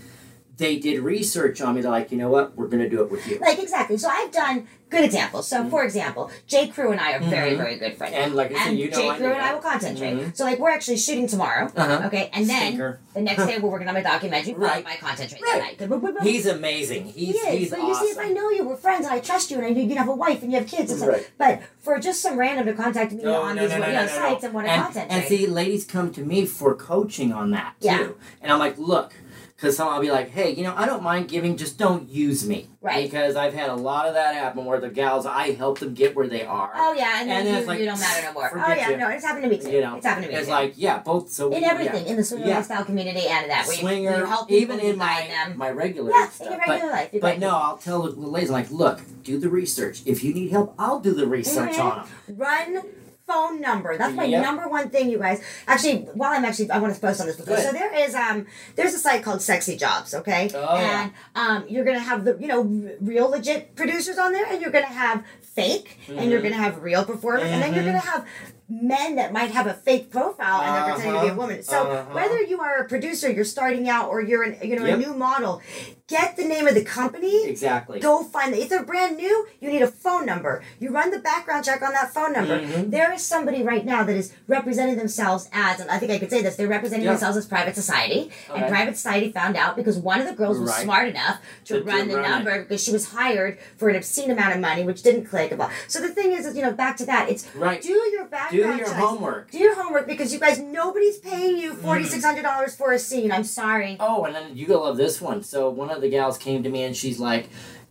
[SPEAKER 5] they did research on me. They're like, you know what? We're gonna do it with you.
[SPEAKER 4] Like exactly. So I've done good examples. So for example, J. Crew and I are very, very good friends.
[SPEAKER 5] Mm-hmm. And like I said,
[SPEAKER 4] and
[SPEAKER 5] you know
[SPEAKER 4] J.
[SPEAKER 5] I
[SPEAKER 4] Crew
[SPEAKER 5] know
[SPEAKER 4] and I
[SPEAKER 5] that.
[SPEAKER 4] will content trade. So like we're actually shooting tomorrow.
[SPEAKER 5] Uh-huh.
[SPEAKER 4] Okay. And then
[SPEAKER 5] Stinker.
[SPEAKER 4] the next day we're working on my documentary.
[SPEAKER 5] Right.
[SPEAKER 4] My content trade
[SPEAKER 5] Right.
[SPEAKER 4] that night. Boom, boom, boom,
[SPEAKER 5] He's amazing.
[SPEAKER 4] He
[SPEAKER 5] He's
[SPEAKER 4] is,
[SPEAKER 5] he's
[SPEAKER 4] but
[SPEAKER 5] awesome.
[SPEAKER 4] you see, if I know you, we're friends, and I trust you, and I know you have a wife and you have kids, it's
[SPEAKER 5] Right.
[SPEAKER 4] like, but for just some random to contact me
[SPEAKER 5] No,
[SPEAKER 4] on
[SPEAKER 5] no,
[SPEAKER 4] these
[SPEAKER 5] no, no,
[SPEAKER 4] you know,
[SPEAKER 5] no, no, no.
[SPEAKER 4] sites and want to
[SPEAKER 5] and,
[SPEAKER 4] contact
[SPEAKER 5] and
[SPEAKER 4] me.
[SPEAKER 5] see, ladies come to me for coaching on that
[SPEAKER 4] Yeah.
[SPEAKER 5] too. And I'm like, look, because I'll be like, hey, you know, I don't mind giving, just don't use me.
[SPEAKER 4] Right.
[SPEAKER 5] Because I've had a lot of that happen where the gals, I help them get where they are.
[SPEAKER 4] oh yeah, and then,
[SPEAKER 5] and then
[SPEAKER 4] you,
[SPEAKER 5] it's like,
[SPEAKER 4] you don't matter no more. Oh
[SPEAKER 5] forget
[SPEAKER 4] yeah,
[SPEAKER 5] you.
[SPEAKER 4] no, it's happened to me too.
[SPEAKER 5] You know,
[SPEAKER 4] it's happened to me.
[SPEAKER 5] It's
[SPEAKER 4] too.
[SPEAKER 5] like, yeah, both. So
[SPEAKER 4] in
[SPEAKER 5] yeah.
[SPEAKER 4] everything in the swinger
[SPEAKER 5] Yeah.
[SPEAKER 4] lifestyle community and in that way,
[SPEAKER 5] swinger,
[SPEAKER 4] you help people,
[SPEAKER 5] even
[SPEAKER 4] you
[SPEAKER 5] in my
[SPEAKER 4] guide them.
[SPEAKER 5] my regular
[SPEAKER 4] Yeah, in
[SPEAKER 5] stuff.
[SPEAKER 4] your
[SPEAKER 5] but,
[SPEAKER 4] regular life, you
[SPEAKER 5] but
[SPEAKER 4] guide
[SPEAKER 5] no,
[SPEAKER 4] people.
[SPEAKER 5] I'll tell the ladies I'm like, look, do the research. If you need help, I'll do the research on them.
[SPEAKER 4] Run phone number. That's my
[SPEAKER 5] Yep.
[SPEAKER 4] number one thing, you guys. Actually, while I'm actually, I want to post on this before.
[SPEAKER 5] Good.
[SPEAKER 4] So there is um, there's a site called Sexy Jobs, okay?
[SPEAKER 5] Oh, yeah.
[SPEAKER 4] and um, you're gonna have the you know r- real legit producers on there, and you're gonna have fake, and
[SPEAKER 5] Mm-hmm.
[SPEAKER 4] you're gonna have real performers, and then you're gonna have. Men that might have a fake profile and they're pretending to be a
[SPEAKER 5] Uh-huh.
[SPEAKER 4] woman. So
[SPEAKER 5] Uh-huh.
[SPEAKER 4] whether you are a producer, you're starting out, or you're an, you know a
[SPEAKER 5] Yep.
[SPEAKER 4] new model, get the name of the company,
[SPEAKER 5] Exactly.
[SPEAKER 4] Go find it. If they're brand new, you need a phone number. You run the background check on that phone number.
[SPEAKER 5] Mm-hmm.
[SPEAKER 4] There is somebody right now that is representing themselves as, and I think I could say this, they're representing
[SPEAKER 5] Yeah.
[SPEAKER 4] themselves as private society. And
[SPEAKER 5] Okay.
[SPEAKER 4] private society found out because one of the girls was
[SPEAKER 5] Right.
[SPEAKER 4] smart enough to,
[SPEAKER 5] To- to
[SPEAKER 4] run the
[SPEAKER 5] run it.
[SPEAKER 4] number because she was hired for an obscene amount of money, which didn't click. About. So the thing is, is, you know, back to that, it's
[SPEAKER 5] Right.
[SPEAKER 4] do your background
[SPEAKER 5] your
[SPEAKER 4] checks.
[SPEAKER 5] homework. Mm.
[SPEAKER 4] Do your homework because you guys, nobody's paying you $4,600 for a scene. I'm sorry.
[SPEAKER 5] Oh, and then you gonna love this one. So one of the gals came to me and she's like,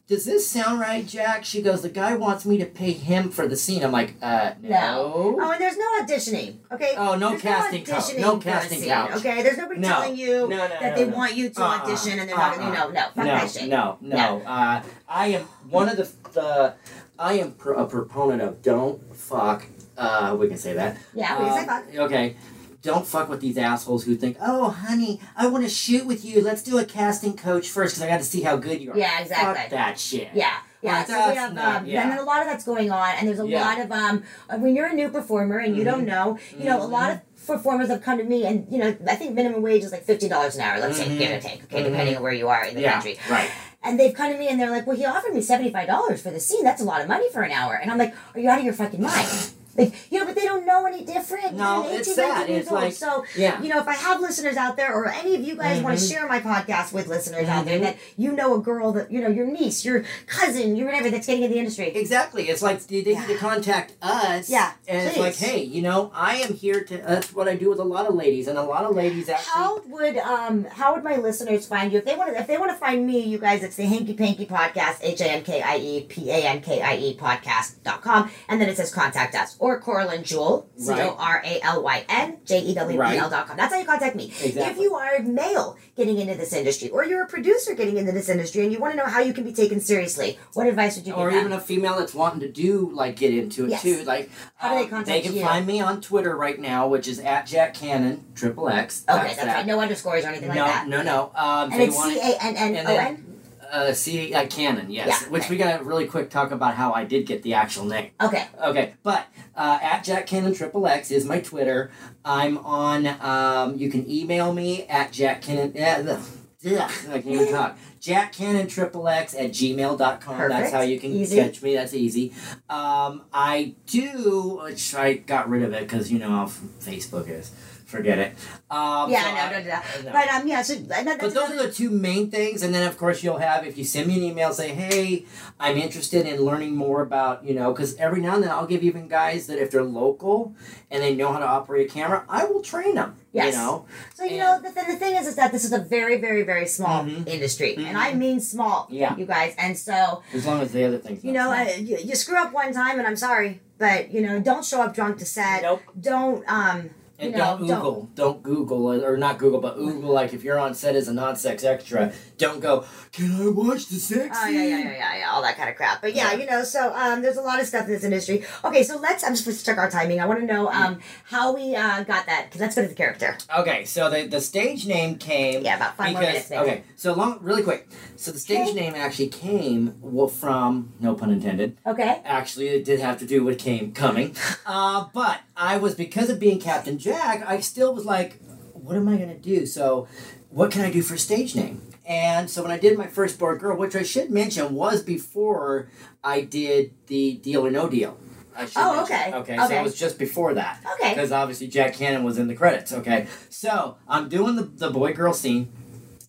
[SPEAKER 5] "Does this sound right, Jack?" She goes, "The guy wants me to pay him for the scene." I'm like, "Uh,
[SPEAKER 4] No.
[SPEAKER 5] no."
[SPEAKER 4] Oh, and there's no auditioning. Okay.
[SPEAKER 5] Oh, no
[SPEAKER 4] There's
[SPEAKER 5] casting couch.
[SPEAKER 4] auditioning
[SPEAKER 5] No
[SPEAKER 4] for a
[SPEAKER 5] casting
[SPEAKER 4] scene,
[SPEAKER 5] couch.
[SPEAKER 4] Okay. There's nobody
[SPEAKER 5] No.
[SPEAKER 4] telling you
[SPEAKER 5] No, no,
[SPEAKER 4] that
[SPEAKER 5] no,
[SPEAKER 4] they
[SPEAKER 5] no.
[SPEAKER 4] want you to
[SPEAKER 5] Uh-uh.
[SPEAKER 4] audition and they're not going to. No, no, fuck
[SPEAKER 5] no,
[SPEAKER 4] that shit.
[SPEAKER 5] No, no,
[SPEAKER 4] No.
[SPEAKER 5] Uh, I am one of the. the I am pro- a proponent of don't fuck. Uh, we can say that.
[SPEAKER 4] Yeah, we can say fuck.
[SPEAKER 5] Uh, Okay. Don't fuck with these assholes who think, oh, honey, I want to shoot with you. Let's do a casting coach first because I got to see how good you are.
[SPEAKER 4] Yeah, exactly.
[SPEAKER 5] Fuck that shit.
[SPEAKER 4] Yeah. Yeah,
[SPEAKER 5] Like,
[SPEAKER 4] so we
[SPEAKER 5] that's
[SPEAKER 4] have,
[SPEAKER 5] not-
[SPEAKER 4] um,
[SPEAKER 5] yeah.
[SPEAKER 4] and then a lot of that's going on, and there's a
[SPEAKER 5] Yeah. Mm-hmm.
[SPEAKER 4] lot of um, uh, when you're a new performer and you don't know, you know, a lot of performers have come to me, and you know, I think minimum wage is like fifteen dollars an hour, let's say, give or take, okay, depending on where you are in the
[SPEAKER 5] Mm-hmm. Yeah.
[SPEAKER 4] country.
[SPEAKER 5] Right.
[SPEAKER 4] And they've come to me and they're like, well, he offered me $75 for the scene. That's a lot of money for an hour. And I'm like, are you out of your fucking mind? Like, you know, but they don't know any different.
[SPEAKER 5] No,
[SPEAKER 4] They're 18,
[SPEAKER 5] it's
[SPEAKER 4] 19
[SPEAKER 5] sad.
[SPEAKER 4] years
[SPEAKER 5] It's
[SPEAKER 4] old.
[SPEAKER 5] like-
[SPEAKER 4] so,
[SPEAKER 5] yeah. Mm-hmm.
[SPEAKER 4] you know, if I have listeners out there or any of you guys want to share my podcast with listeners out there that you know a girl that, you know, your niece, your cousin, your whatever that's getting in the industry.
[SPEAKER 5] Exactly. It's like they, they need to contact us.
[SPEAKER 4] Yeah,
[SPEAKER 5] And it's like,
[SPEAKER 4] please.
[SPEAKER 5] hey, you know, I am here to. That's what I do with a lot of ladies, and a lot of ladies actually.
[SPEAKER 4] How would um how would my listeners find you if they want to if they want to find me you guys it's the Hanky Panky Podcast H A N K I E P A N K I E podcast dot com and then it says contact us or Coralyn Jewel C O R A L Y N J E W E L dot com that's how you contact me if
[SPEAKER 5] Exactly.
[SPEAKER 4] you are male getting into this industry or you're a producer getting into this industry and you want to know how you can be taken seriously what advice would you
[SPEAKER 5] or
[SPEAKER 4] give
[SPEAKER 5] even
[SPEAKER 4] them?
[SPEAKER 5] a female that's wanting to do like get into it
[SPEAKER 4] Yes.
[SPEAKER 5] too. Like
[SPEAKER 4] How do they
[SPEAKER 5] uh, They
[SPEAKER 4] contact
[SPEAKER 5] can
[SPEAKER 4] you?
[SPEAKER 5] find me on Twitter right now, which is at Jack Cannon triple X.
[SPEAKER 4] okay that's right no underscores or anything
[SPEAKER 5] no,
[SPEAKER 4] like that
[SPEAKER 5] no, no. Um,
[SPEAKER 4] and
[SPEAKER 5] they
[SPEAKER 4] it's
[SPEAKER 5] want
[SPEAKER 4] C A N N
[SPEAKER 5] and
[SPEAKER 4] O
[SPEAKER 5] then-
[SPEAKER 4] N
[SPEAKER 5] uh, C uh, Cannon, yes.
[SPEAKER 4] Oh, Yeah,
[SPEAKER 5] Which
[SPEAKER 4] okay.
[SPEAKER 5] we got to really quick talk about how I did get the actual name.
[SPEAKER 4] okay
[SPEAKER 5] Okay, but uh, at Jack Cannon Triple X is my Twitter. I'm on. Um, you can email me at Jack Cannon. Uh, ugh, I can't even talk. Jack Cannon Triple X at gmail.com. That's
[SPEAKER 4] Perfect.
[SPEAKER 5] how you can
[SPEAKER 4] Easy.
[SPEAKER 5] catch me. That's easy. Um, I do, which I got rid of it because you know how f- Facebook is. Forget it. Um, so
[SPEAKER 4] yeah no don't do that but um yeah so that- that's
[SPEAKER 5] but those are the two main things, and then of course you'll have if you send me an email, say, "Hey, I'm interested in learning more about you know," because every now and then I'll give even guys that if they're local and they know how to operate a camera, I will train them.
[SPEAKER 4] Yes.
[SPEAKER 5] You know,
[SPEAKER 4] So you
[SPEAKER 5] And- Mm-hmm.
[SPEAKER 4] know, the, th- the thing is, is that this is a very, very, very small industry, and I mean small.
[SPEAKER 5] Yeah.
[SPEAKER 4] You guys, and so
[SPEAKER 5] as long as the other things.
[SPEAKER 4] you know, uh, you, you screw up one time, and I'm sorry, but you know, don't show up drunk to set.
[SPEAKER 5] Nope.
[SPEAKER 4] Don't um.
[SPEAKER 5] and
[SPEAKER 4] you know,
[SPEAKER 5] don't Google, don't. Google, uh, or not Google, but Google. Like if you're on set as a non-sex extra, don't go. Can I watch the sex?
[SPEAKER 4] Oh yeah, yeah,
[SPEAKER 5] scene?"
[SPEAKER 4] yeah, yeah, yeah, all that kind of crap. But yeah, you know, so um, there's a lot of stuff in this industry. Okay, so let's. I'm just supposed to check our timing. I want to know
[SPEAKER 5] Mm-hmm.
[SPEAKER 4] um how we uh got that because that's good as the character.
[SPEAKER 5] Okay, so the, the stage name came.
[SPEAKER 4] Yeah, about five more minutes, maybe.
[SPEAKER 5] Okay, so long, really quick. So the stage
[SPEAKER 4] Okay.
[SPEAKER 5] name actually came wa- from, no pun intended.
[SPEAKER 4] Okay.
[SPEAKER 5] Actually, it did have to do with came coming. Uh, but I was because of being Captain Jack, I still was like, what am I gonna do? So, what can I do for a stage name? And so when I did my first board girl, which I should mention was before I did the Deal or No Deal. I should
[SPEAKER 4] Oh,
[SPEAKER 5] mention.
[SPEAKER 4] okay.
[SPEAKER 5] Okay, so
[SPEAKER 4] Okay.
[SPEAKER 5] it was just before that.
[SPEAKER 4] Okay.
[SPEAKER 5] Because obviously Jack Cannon was in the credits. Okay. So I'm doing the, the boy girl scene.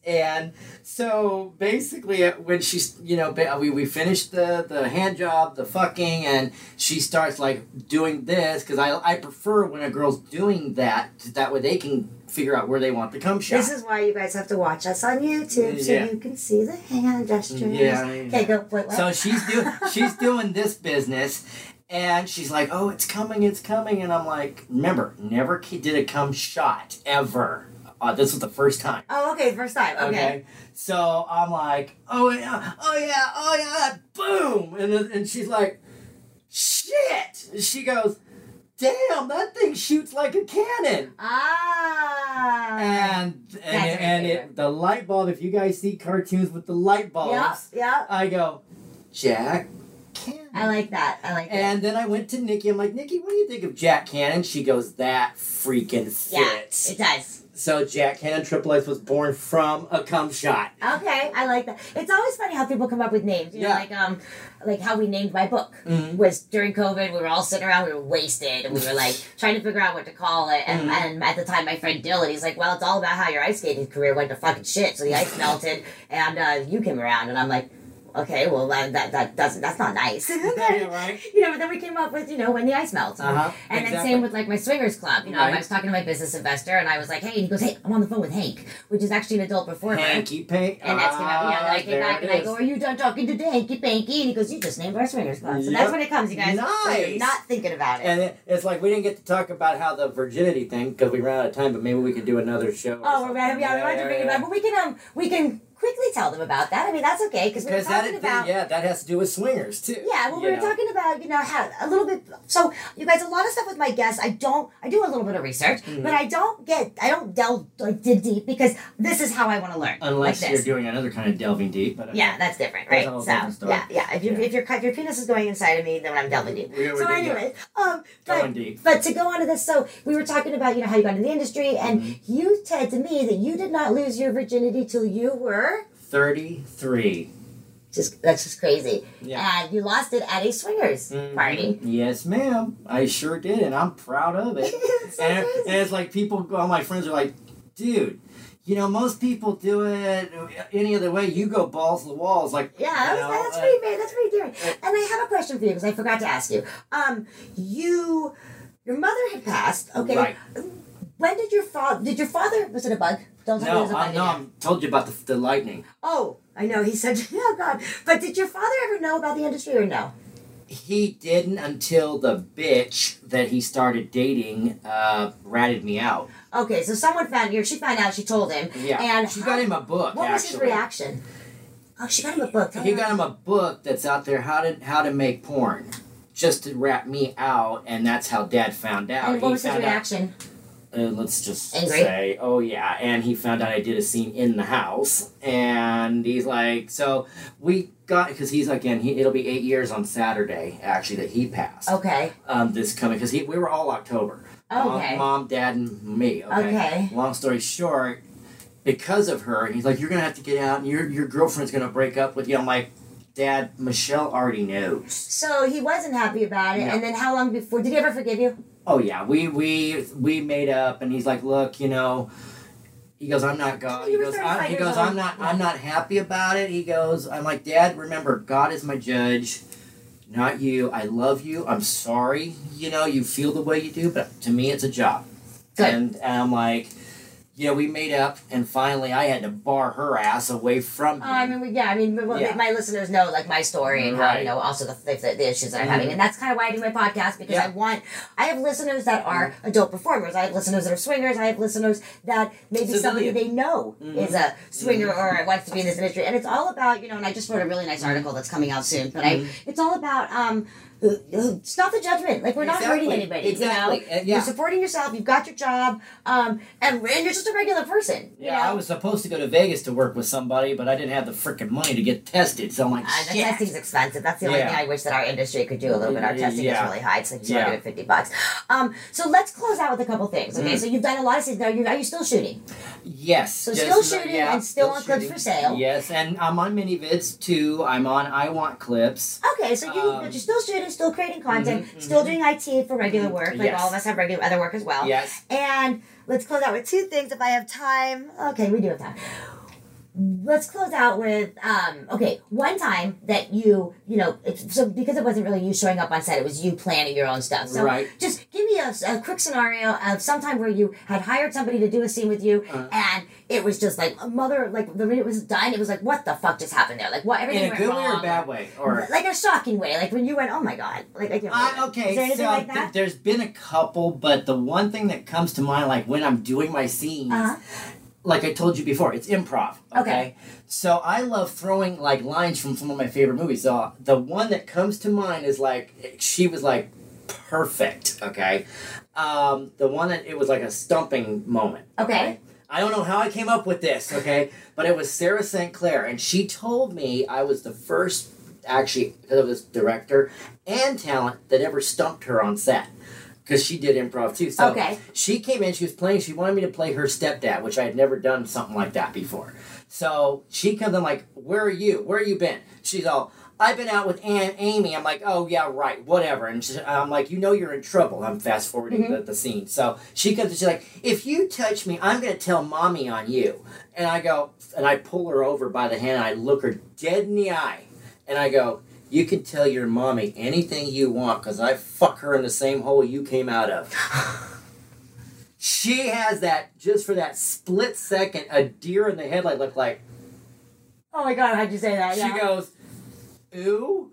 [SPEAKER 5] And so basically, uh, when she's, you know, ba- uh, we, we finished the, the hand job, the fucking, and she starts like doing this because I, I prefer when a girl's doing that, that way they can figure out where they want the cum shot.
[SPEAKER 4] This is why you guys have to watch us on YouTube so
[SPEAKER 5] Yeah.
[SPEAKER 4] you can see the hand gestures.
[SPEAKER 5] Yeah, yeah.
[SPEAKER 4] Okay, go. Wait, what?
[SPEAKER 5] So she's doing she's doing this business, and she's like, "Oh, it's coming, it's coming," and I'm like, "Remember, never ki- did a cum shot ever. Uh, this was the first time."
[SPEAKER 4] Oh, okay, first time. Okay.
[SPEAKER 5] So I'm like, "Oh yeah, oh yeah, oh yeah!" Boom, and then- and she's like, "Shit!" And she goes, "Damn, that thing shoots like a cannon."
[SPEAKER 4] Ah.
[SPEAKER 5] And and,
[SPEAKER 4] That's my
[SPEAKER 5] and
[SPEAKER 4] favorite.
[SPEAKER 5] it, the light bulb. If you guys see cartoons with the light bulbs,
[SPEAKER 4] Yep, yep.
[SPEAKER 5] I go, Jack Cannon.
[SPEAKER 4] I like that. I like that.
[SPEAKER 5] and then I went to Nikki. I'm like, Nikki, what do you think of Jack Cannon? She goes, that freaking
[SPEAKER 4] Yeah,
[SPEAKER 5] fits.
[SPEAKER 4] it does.
[SPEAKER 5] so Jack Cannon Triple X was born from a cum shot.
[SPEAKER 4] Okay, I like that. It's always funny how people come up with names. You know,
[SPEAKER 5] Yeah. Mm-hmm.
[SPEAKER 4] like um, like how we named my book was during COVID. We were all sitting around, we were wasted, and we were like trying to figure out what to call it.
[SPEAKER 5] Mm-hmm.
[SPEAKER 4] And, and at the time, my friend Dylan, he's like, "Well, it's all about how your ice skating career went to fucking shit." So the ice melted, and uh, you came around, and I'm like, "Okay, well that that, that doesn't that's not nice."
[SPEAKER 5] Yeah, right?
[SPEAKER 4] you know, but then we came up with, you know, when the ice melts.
[SPEAKER 5] Uh-huh,
[SPEAKER 4] And then
[SPEAKER 5] exactly.
[SPEAKER 4] same with like my swingers club. You know, I
[SPEAKER 5] Right.
[SPEAKER 4] was talking to my business investor and I was like, hey, and he goes, hey, I'm on the phone with Hank, which is actually an adult performer.
[SPEAKER 5] Hanky Pank.
[SPEAKER 4] And that's came out, yeah, and I came
[SPEAKER 5] Ah, there
[SPEAKER 4] back
[SPEAKER 5] it
[SPEAKER 4] and I
[SPEAKER 5] is.
[SPEAKER 4] go, are you done talking to Hanky Panky? And he goes, you just named our swingers club. So that's
[SPEAKER 5] Yep.
[SPEAKER 4] when it comes, you guys. So you're
[SPEAKER 5] Nice.
[SPEAKER 4] Not thinking about it.
[SPEAKER 5] And it, it's like we didn't get to talk about how the virginity thing because we ran out of time, but maybe we could do another show.
[SPEAKER 4] oh,
[SPEAKER 5] or
[SPEAKER 4] we're
[SPEAKER 5] something.
[SPEAKER 4] right. Yeah, we wanted to bring it back. But we can, um, we can quickly tell them about that. I mean, that's okay because we were
[SPEAKER 5] Because that,
[SPEAKER 4] talking about.
[SPEAKER 5] yeah, that has to do with swingers too.
[SPEAKER 4] Yeah, well, we
[SPEAKER 5] you
[SPEAKER 4] were
[SPEAKER 5] know.
[SPEAKER 4] talking about you know how a little bit. So you guys, a lot of stuff with my guests. I don't. I do a little bit of research,
[SPEAKER 5] Mm-hmm.
[SPEAKER 4] but I don't get. I don't delve like dig deep because this is how I want to learn.
[SPEAKER 5] Unless
[SPEAKER 4] like
[SPEAKER 5] you're
[SPEAKER 4] this.
[SPEAKER 5] doing another kind of delving deep, but uh,
[SPEAKER 4] Yeah, that's different, right?
[SPEAKER 5] That's a whole
[SPEAKER 4] so
[SPEAKER 5] different story.
[SPEAKER 4] yeah, yeah. If your
[SPEAKER 5] Yeah.
[SPEAKER 4] if your if your penis is going inside of me, then I'm delving deep.
[SPEAKER 5] We
[SPEAKER 4] so
[SPEAKER 5] already did
[SPEAKER 4] anyway, um, but,
[SPEAKER 5] Going deep.
[SPEAKER 4] but to go on to this, so we were talking about you know how you got in the industry, and
[SPEAKER 5] Mm-hmm.
[SPEAKER 4] you said to me that you did not lose your virginity till you were.
[SPEAKER 5] thirty-three.
[SPEAKER 4] just that's just crazy.
[SPEAKER 5] Yeah. Mm-hmm.
[SPEAKER 4] And you lost it at a swingers party.
[SPEAKER 5] Yes, ma'am. I sure did, and I'm proud of it.
[SPEAKER 4] It's so
[SPEAKER 5] and,
[SPEAKER 4] crazy.
[SPEAKER 5] and it's like people, go- all my friends are like, dude, you know, most people do it any other way. You go balls to the walls, like
[SPEAKER 4] Yeah, I
[SPEAKER 5] you
[SPEAKER 4] was,
[SPEAKER 5] know,
[SPEAKER 4] that's
[SPEAKER 5] uh,
[SPEAKER 4] pretty big. That's pretty daring. And I have a question for you because I forgot to ask you. Um, you, your mother had passed. Okay.
[SPEAKER 5] Right.
[SPEAKER 4] When did your father? Did your father? Was it a bug? Don't tell me it was a
[SPEAKER 5] No,
[SPEAKER 4] bug
[SPEAKER 5] I, no,
[SPEAKER 4] again.
[SPEAKER 5] I told you about the, the lightning.
[SPEAKER 4] Oh, I know. He said, "Oh God!" But did your father ever know about the industry or no?
[SPEAKER 5] He didn't until the bitch that he started dating uh, ratted me out.
[SPEAKER 4] Okay, so someone found you. She found out. She told him.
[SPEAKER 5] Yeah,
[SPEAKER 4] And
[SPEAKER 5] she
[SPEAKER 4] how-
[SPEAKER 5] got him a book.
[SPEAKER 4] What was his
[SPEAKER 5] actually.
[SPEAKER 4] reaction? Oh, she got him a book.
[SPEAKER 5] He got him a book that's out there how to how to make porn, just to rat me out, and that's how Dad found out.
[SPEAKER 4] And what
[SPEAKER 5] he
[SPEAKER 4] was his
[SPEAKER 5] found out-
[SPEAKER 4] reaction?
[SPEAKER 5] uh, let's just
[SPEAKER 4] Angry?
[SPEAKER 5] say, oh yeah, and he found out I did a scene in the house, and he's like, so we got because he's like, and he, it'll be eight years on Saturday actually that he passed.
[SPEAKER 4] Okay.
[SPEAKER 5] Um, this coming because he we were all October.
[SPEAKER 4] Okay.
[SPEAKER 5] Mom, mom, dad, and me. Okay.
[SPEAKER 4] Okay.
[SPEAKER 5] Long story short, because of her, he's like, you're gonna have to get out, and your your girlfriend's gonna break up with you. I'm like, Dad, Michelle already knows.
[SPEAKER 4] So he wasn't happy about it.
[SPEAKER 5] No.
[SPEAKER 4] And then how long before? Did he ever forgive you?
[SPEAKER 5] Oh yeah, we we we made up, and he's like, look, you know, he goes, I'm not God.
[SPEAKER 4] You
[SPEAKER 5] He
[SPEAKER 4] were
[SPEAKER 5] goes,
[SPEAKER 4] 35
[SPEAKER 5] I'm, he
[SPEAKER 4] years
[SPEAKER 5] goes,
[SPEAKER 4] old.
[SPEAKER 5] I'm not, I'm not happy about it. He goes, I'm like, Dad, remember, God is my judge, not you. I love you. I'm sorry, you know, you feel the way you do, but to me, it's a job.
[SPEAKER 4] Good.
[SPEAKER 5] And, and I'm like, yeah, we made up, and finally, I had to bar her ass away from him.
[SPEAKER 4] Uh, I mean, we- yeah, I mean, well,
[SPEAKER 5] Um, Yeah.
[SPEAKER 4] my listeners know like my story and how you
[SPEAKER 5] Right. Mm-hmm.
[SPEAKER 4] know also the, the, the issues that I'm having, and that's kind of why I do my podcast because
[SPEAKER 5] Yeah. Mm-hmm.
[SPEAKER 4] I want I have listeners that are adult performers, I have listeners that are swingers, I have listeners that maybe somebody
[SPEAKER 5] Civilian. Mm-hmm.
[SPEAKER 4] they know is a swinger or wants to be in this industry, and it's all about you know, and I just wrote a really nice
[SPEAKER 5] Mm-hmm.
[SPEAKER 4] article that's coming out soon, but I it's all about um. uh, uh, Stop the judgment. Like we're not hurting
[SPEAKER 5] Exactly.
[SPEAKER 4] anybody. You
[SPEAKER 5] Exactly.
[SPEAKER 4] know?
[SPEAKER 5] Uh, yeah.
[SPEAKER 4] You're supporting yourself. You've got your job, um, and, and you're just a regular person. you
[SPEAKER 5] yeah,
[SPEAKER 4] know?
[SPEAKER 5] I was supposed to go to Vegas to work with somebody, but I didn't have the freaking money to get tested, so I'm like,
[SPEAKER 4] Uh, the
[SPEAKER 5] shit.
[SPEAKER 4] testing's expensive. That's the only
[SPEAKER 5] Yeah.
[SPEAKER 4] thing I wish that our industry could do a little bit. Our
[SPEAKER 5] Yeah.
[SPEAKER 4] testing is really high. It's like two
[SPEAKER 5] Yeah.
[SPEAKER 4] hundred and fifty bucks. Um, so let's close out with a couple things.
[SPEAKER 5] Mm.
[SPEAKER 4] Okay, so you've done a lot of things. Now, you are you still shooting?
[SPEAKER 5] Yes. So
[SPEAKER 4] still shooting and still on clips for sale.
[SPEAKER 5] Yes, and I'm on minivids too. I'm on I Want Clips.
[SPEAKER 4] Okay, so you
[SPEAKER 5] Um, mm-hmm,
[SPEAKER 4] but you're still shooting, still creating content, still doing IT for regular work. Like
[SPEAKER 5] Yes.
[SPEAKER 4] all of us have regular other work as well.
[SPEAKER 5] Yes.
[SPEAKER 4] And let's close out with two things if I have time. Okay, we do have time. Let's close out with um, okay. One time that you you know it's, so because it wasn't really you showing up on set, it was you planning your own stuff. So
[SPEAKER 5] Right.
[SPEAKER 4] just give me a, a quick scenario of sometime where you had hired somebody to do a scene with you,
[SPEAKER 5] Uh-huh.
[SPEAKER 4] and it was just like a mother like the minute it was done, it was like what the fuck just happened there? Like what everything
[SPEAKER 5] In a
[SPEAKER 4] went
[SPEAKER 5] good way
[SPEAKER 4] wrong.
[SPEAKER 5] or a bad way? Or
[SPEAKER 4] like a shocking way, like when you went, oh my god, like I can't. believe
[SPEAKER 5] I,
[SPEAKER 4] it." Is there
[SPEAKER 5] Uh, okay, so
[SPEAKER 4] anything like
[SPEAKER 5] th-
[SPEAKER 4] that?
[SPEAKER 5] there's been a couple, but the one thing that comes to mind, like when I'm doing my scenes,
[SPEAKER 4] Uh-huh.
[SPEAKER 5] like I told you before, it's improv. Okay?
[SPEAKER 4] Okay.
[SPEAKER 5] So I love throwing like lines from some of my favorite movies. So the one that comes to mind is like she was like perfect. Okay. Um, the one that it was like a stumping moment.
[SPEAKER 4] Okay.
[SPEAKER 5] I don't know how I came up with this, okay? But it was Sarah St. Clair, and she told me I was the first, actually, because of this director and talent that ever stumped her on set. Because she did improv too. So
[SPEAKER 4] Okay.
[SPEAKER 5] she came in, she was playing, she wanted me to play her stepdad, which I had never done something like that before. So she comes in, like, Where are you? Where you been? She's all, I've been out with Aunt Amy. I'm like, Oh, yeah, right, whatever. And she, I'm like, You know, you're in trouble. I'm fast forwarding the, the scene. So she comes and she's like, If you touch me, I'm going to tell mommy on you. And I go, and I pull her over by the hand, and I look her dead in the eye, and I go, You can tell your mommy anything you want because I fuck her in the same hole you came out of. She has that just for that split second, a deer in the headlight look like.
[SPEAKER 4] Oh my god, how'd you say that?
[SPEAKER 5] She goes, ooh.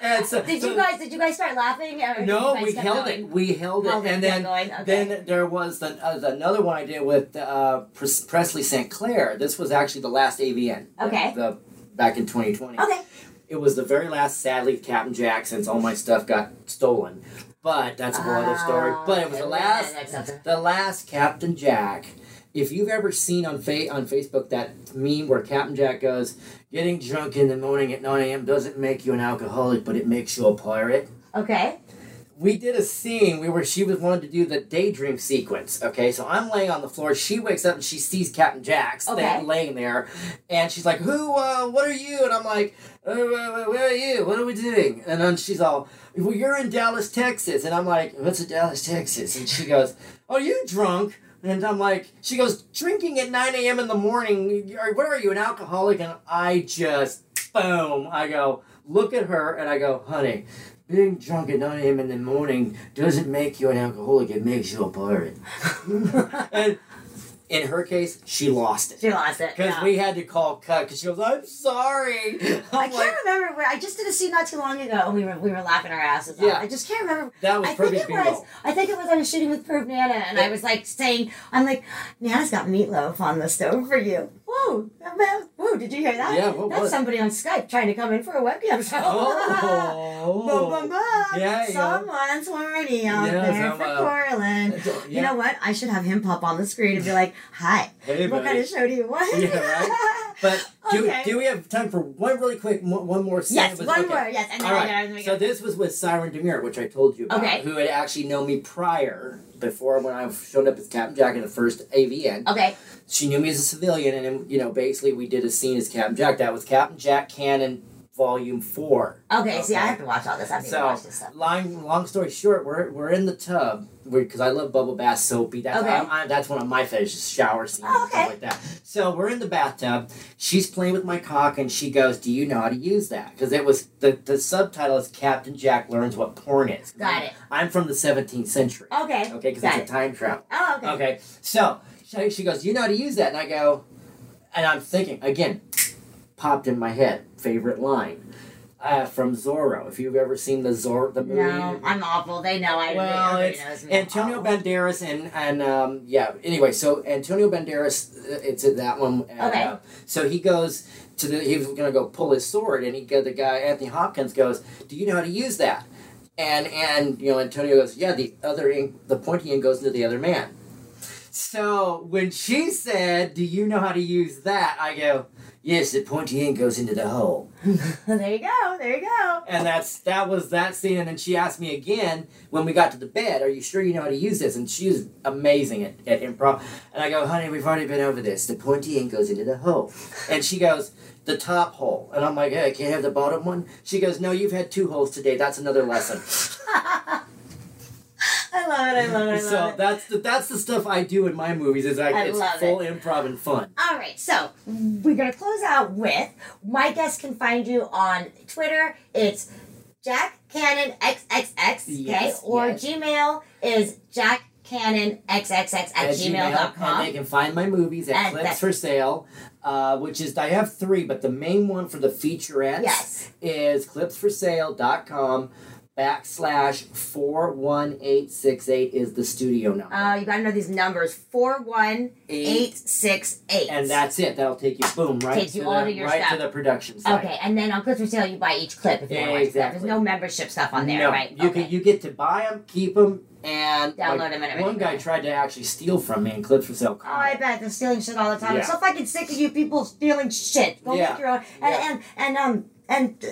[SPEAKER 5] and so,
[SPEAKER 4] Did
[SPEAKER 5] so-
[SPEAKER 4] you guys? Did you guys start laughing? Or did you
[SPEAKER 5] No,
[SPEAKER 4] guys
[SPEAKER 5] we
[SPEAKER 4] kept
[SPEAKER 5] held
[SPEAKER 4] going?
[SPEAKER 5] it. We held it,
[SPEAKER 4] Held it,
[SPEAKER 5] and
[SPEAKER 4] kept
[SPEAKER 5] then
[SPEAKER 4] going, okay.
[SPEAKER 5] then there was the, uh, the- another one I did with uh, Pres- Presley St. Clair. This was actually the last AVN.
[SPEAKER 4] Okay.
[SPEAKER 5] The, back in 2020.
[SPEAKER 4] Okay.
[SPEAKER 5] It was the very last. Sadly, Captain Jack, since all my stuff got stolen, but that's a whole other story.
[SPEAKER 4] Ah,
[SPEAKER 5] But it was the
[SPEAKER 4] okay,
[SPEAKER 5] last
[SPEAKER 4] that's something.
[SPEAKER 5] the last Captain Jack. If you've ever seen on fa- on Facebook that meme where Captain Jack goes, "Getting drunk in the morning at 9 a.m. doesn't make you an alcoholic, but it makes you a pirate."
[SPEAKER 4] Okay.
[SPEAKER 5] we did a scene we were she was wanted to do the daydream sequence okay so i'm laying on the floor she wakes up and she sees captain jack's
[SPEAKER 4] Okay.
[SPEAKER 5] laying- laying there and she's like who uh, what are you and i'm like uh, uh, where are you what are we doing and then she's all well you're in dallas texas and i'm like what's a dallas texas and she goes are you drunk and I'm like, she goes, drinking at 9 a.m. in the morning, are- what are you, an alcoholic? And I just, boom, I go, look at her, and I go, honey, being drunk at 9 a.m. in the morning doesn't make you an alcoholic, it makes you a pirate. and in her case, she lost it.
[SPEAKER 4] She lost it.
[SPEAKER 5] Because
[SPEAKER 4] yeah.
[SPEAKER 5] we had to call cut, because she goes, I'm sorry. I'm
[SPEAKER 4] I can't remember where I just did a scene not too long ago and we were we were laughing our asses off.
[SPEAKER 5] Yeah.
[SPEAKER 4] I just can't remember.
[SPEAKER 5] That was
[SPEAKER 4] I think
[SPEAKER 5] Perfect
[SPEAKER 4] it was
[SPEAKER 5] Bingo.
[SPEAKER 4] I think it was I was shooting with Perv Nana and I
[SPEAKER 5] Yeah.
[SPEAKER 4] was like saying I'm like Nana's got meatloaf on the stove for you. Whoa, that man- whoa! Did you hear that?
[SPEAKER 5] Yeah, what
[SPEAKER 4] That's
[SPEAKER 5] was it?
[SPEAKER 4] somebody on Skype trying to come in for a webcam show. Boom,
[SPEAKER 5] oh.
[SPEAKER 4] boom, boom.
[SPEAKER 5] Yeah, yeah.
[SPEAKER 4] Someone's horny out
[SPEAKER 5] Yeah,
[SPEAKER 4] there for
[SPEAKER 5] someone-
[SPEAKER 4] Corlin.
[SPEAKER 5] That's-
[SPEAKER 4] You
[SPEAKER 5] yeah.
[SPEAKER 4] know what? I should have him pop on the screen and be like, "Hi,
[SPEAKER 5] Hey,
[SPEAKER 4] what kind
[SPEAKER 5] buddy."
[SPEAKER 4] of show do you want?"
[SPEAKER 5] Yeah, right? But do,
[SPEAKER 4] Okay.
[SPEAKER 5] do we have time for one really quick, mo- one more scene?
[SPEAKER 4] Yes,
[SPEAKER 5] It was-
[SPEAKER 4] one
[SPEAKER 5] okay.
[SPEAKER 4] more. Yes, and then
[SPEAKER 5] All
[SPEAKER 4] I got
[SPEAKER 5] right. So this was with Siren Demure, which I told you about,
[SPEAKER 4] Okay.
[SPEAKER 5] who had actually known me prior, before when I showed up as Captain Jack in the first AVN.
[SPEAKER 4] Okay.
[SPEAKER 5] She knew me as a civilian, and then, you know, basically we did a scene as Captain Jack. That was Captain Jack Cannon, Volume Four.
[SPEAKER 4] Okay, see, I
[SPEAKER 5] Okay.
[SPEAKER 4] have to watch all this. I have to
[SPEAKER 5] So,
[SPEAKER 4] watch this stuff.
[SPEAKER 5] long, long story short, we're, we're in the tub because I love bubble bath soapy. That's
[SPEAKER 4] Okay.
[SPEAKER 5] I, I- that's one of my fetishes, shower scenes
[SPEAKER 4] Oh,
[SPEAKER 5] and stuff
[SPEAKER 4] okay.
[SPEAKER 5] like that. So we're in the bathtub. She's playing with my cock and she goes, "Do you know how to use that?" Because it was the the subtitle is Captain Jack learns what porn is. 'Cause
[SPEAKER 4] Got
[SPEAKER 5] I'm-
[SPEAKER 4] it.
[SPEAKER 5] I'm from the 17th century.
[SPEAKER 4] Okay.
[SPEAKER 5] Okay, because
[SPEAKER 4] got
[SPEAKER 5] it's a time travel.
[SPEAKER 4] it. Oh, okay.
[SPEAKER 5] Okay, so she, she goes, "You know how to use that?" And I go, and I'm thinking again, popped in my head, favorite line uh, from Zorro. If you've ever seen the Zorro, the movie.
[SPEAKER 4] No, I'm awful. They know I.
[SPEAKER 5] Well,
[SPEAKER 4] everybody
[SPEAKER 5] it's
[SPEAKER 4] knows me. Oh. I'm
[SPEAKER 5] Antonio
[SPEAKER 4] awful.
[SPEAKER 5] Banderas and and um, yeah. Anyway, so Antonio Banderas, uh, it's in that one. And,
[SPEAKER 4] Okay.
[SPEAKER 5] uh, so he goes to the. He was gonna go pull his sword, and he go. The guy Anthony Hopkins goes, "Do you know how to use that?" And and you know Antonio goes, "Yeah." The other in, the pointy end goes into the other man. So when she said, "Do you know how to use that?" I go, "Yes." The pointy end goes into the hole.
[SPEAKER 4] there you go. There you go.
[SPEAKER 5] And that's that was that scene. And then she asked me again when we got to the bed, "Are you sure you know how to use this?" And she was amazing at, at improv. And I go, "Honey, we've already been over this. The pointy end goes into the hole." And she goes, "The top hole." And I'm like, "Hey, I can't have the bottom one." She goes, "No, you've had two holes today. That's another lesson."
[SPEAKER 4] I love it. I love it. I love
[SPEAKER 5] so
[SPEAKER 4] it.
[SPEAKER 5] that's the that's the stuff I do in my movies. Is like
[SPEAKER 4] I
[SPEAKER 5] it's
[SPEAKER 4] love
[SPEAKER 5] full improv and fun.
[SPEAKER 4] All right, so we're gonna close out with my guest can find you on Twitter. It's Jack Cannon XXX. Okay,
[SPEAKER 5] Yes,
[SPEAKER 4] or
[SPEAKER 5] yes.
[SPEAKER 4] Gmail is Jack Cannon XXX at
[SPEAKER 5] And they
[SPEAKER 4] gmail.com.
[SPEAKER 5] can find my movies at
[SPEAKER 4] And
[SPEAKER 5] Clips
[SPEAKER 4] that-
[SPEAKER 5] for Sale, uh, which is, I have three, but the main one for the featurettes
[SPEAKER 4] Yes.
[SPEAKER 5] is clipsforsale.com backslash 41868 is the studio number.
[SPEAKER 4] Uh, you gotta know these numbers four one eight six eight.
[SPEAKER 5] and that's it. That'll take you, boom, right,
[SPEAKER 4] Takes you
[SPEAKER 5] to,
[SPEAKER 4] all
[SPEAKER 5] the,
[SPEAKER 4] to your
[SPEAKER 5] right
[SPEAKER 4] stuff.
[SPEAKER 5] to the production side.
[SPEAKER 4] Okay, and then on Clips for Sale, you buy each clip if you want to watch the clip. There's
[SPEAKER 5] Exactly.
[SPEAKER 4] no membership stuff on there,
[SPEAKER 5] no,
[SPEAKER 4] right?
[SPEAKER 5] You
[SPEAKER 4] okay.
[SPEAKER 5] can you get to buy them, keep them, and
[SPEAKER 4] Download 'em
[SPEAKER 5] like,
[SPEAKER 4] and everything.
[SPEAKER 5] One guy tried to actually steal from me in clips for sale.
[SPEAKER 4] Oh, I bet they're stealing shit all the time. I'm
[SPEAKER 5] Yeah.
[SPEAKER 4] so fucking sick of you people stealing shit. Go
[SPEAKER 5] Yeah.
[SPEAKER 4] make your own. And
[SPEAKER 5] Yeah.
[SPEAKER 4] and and um and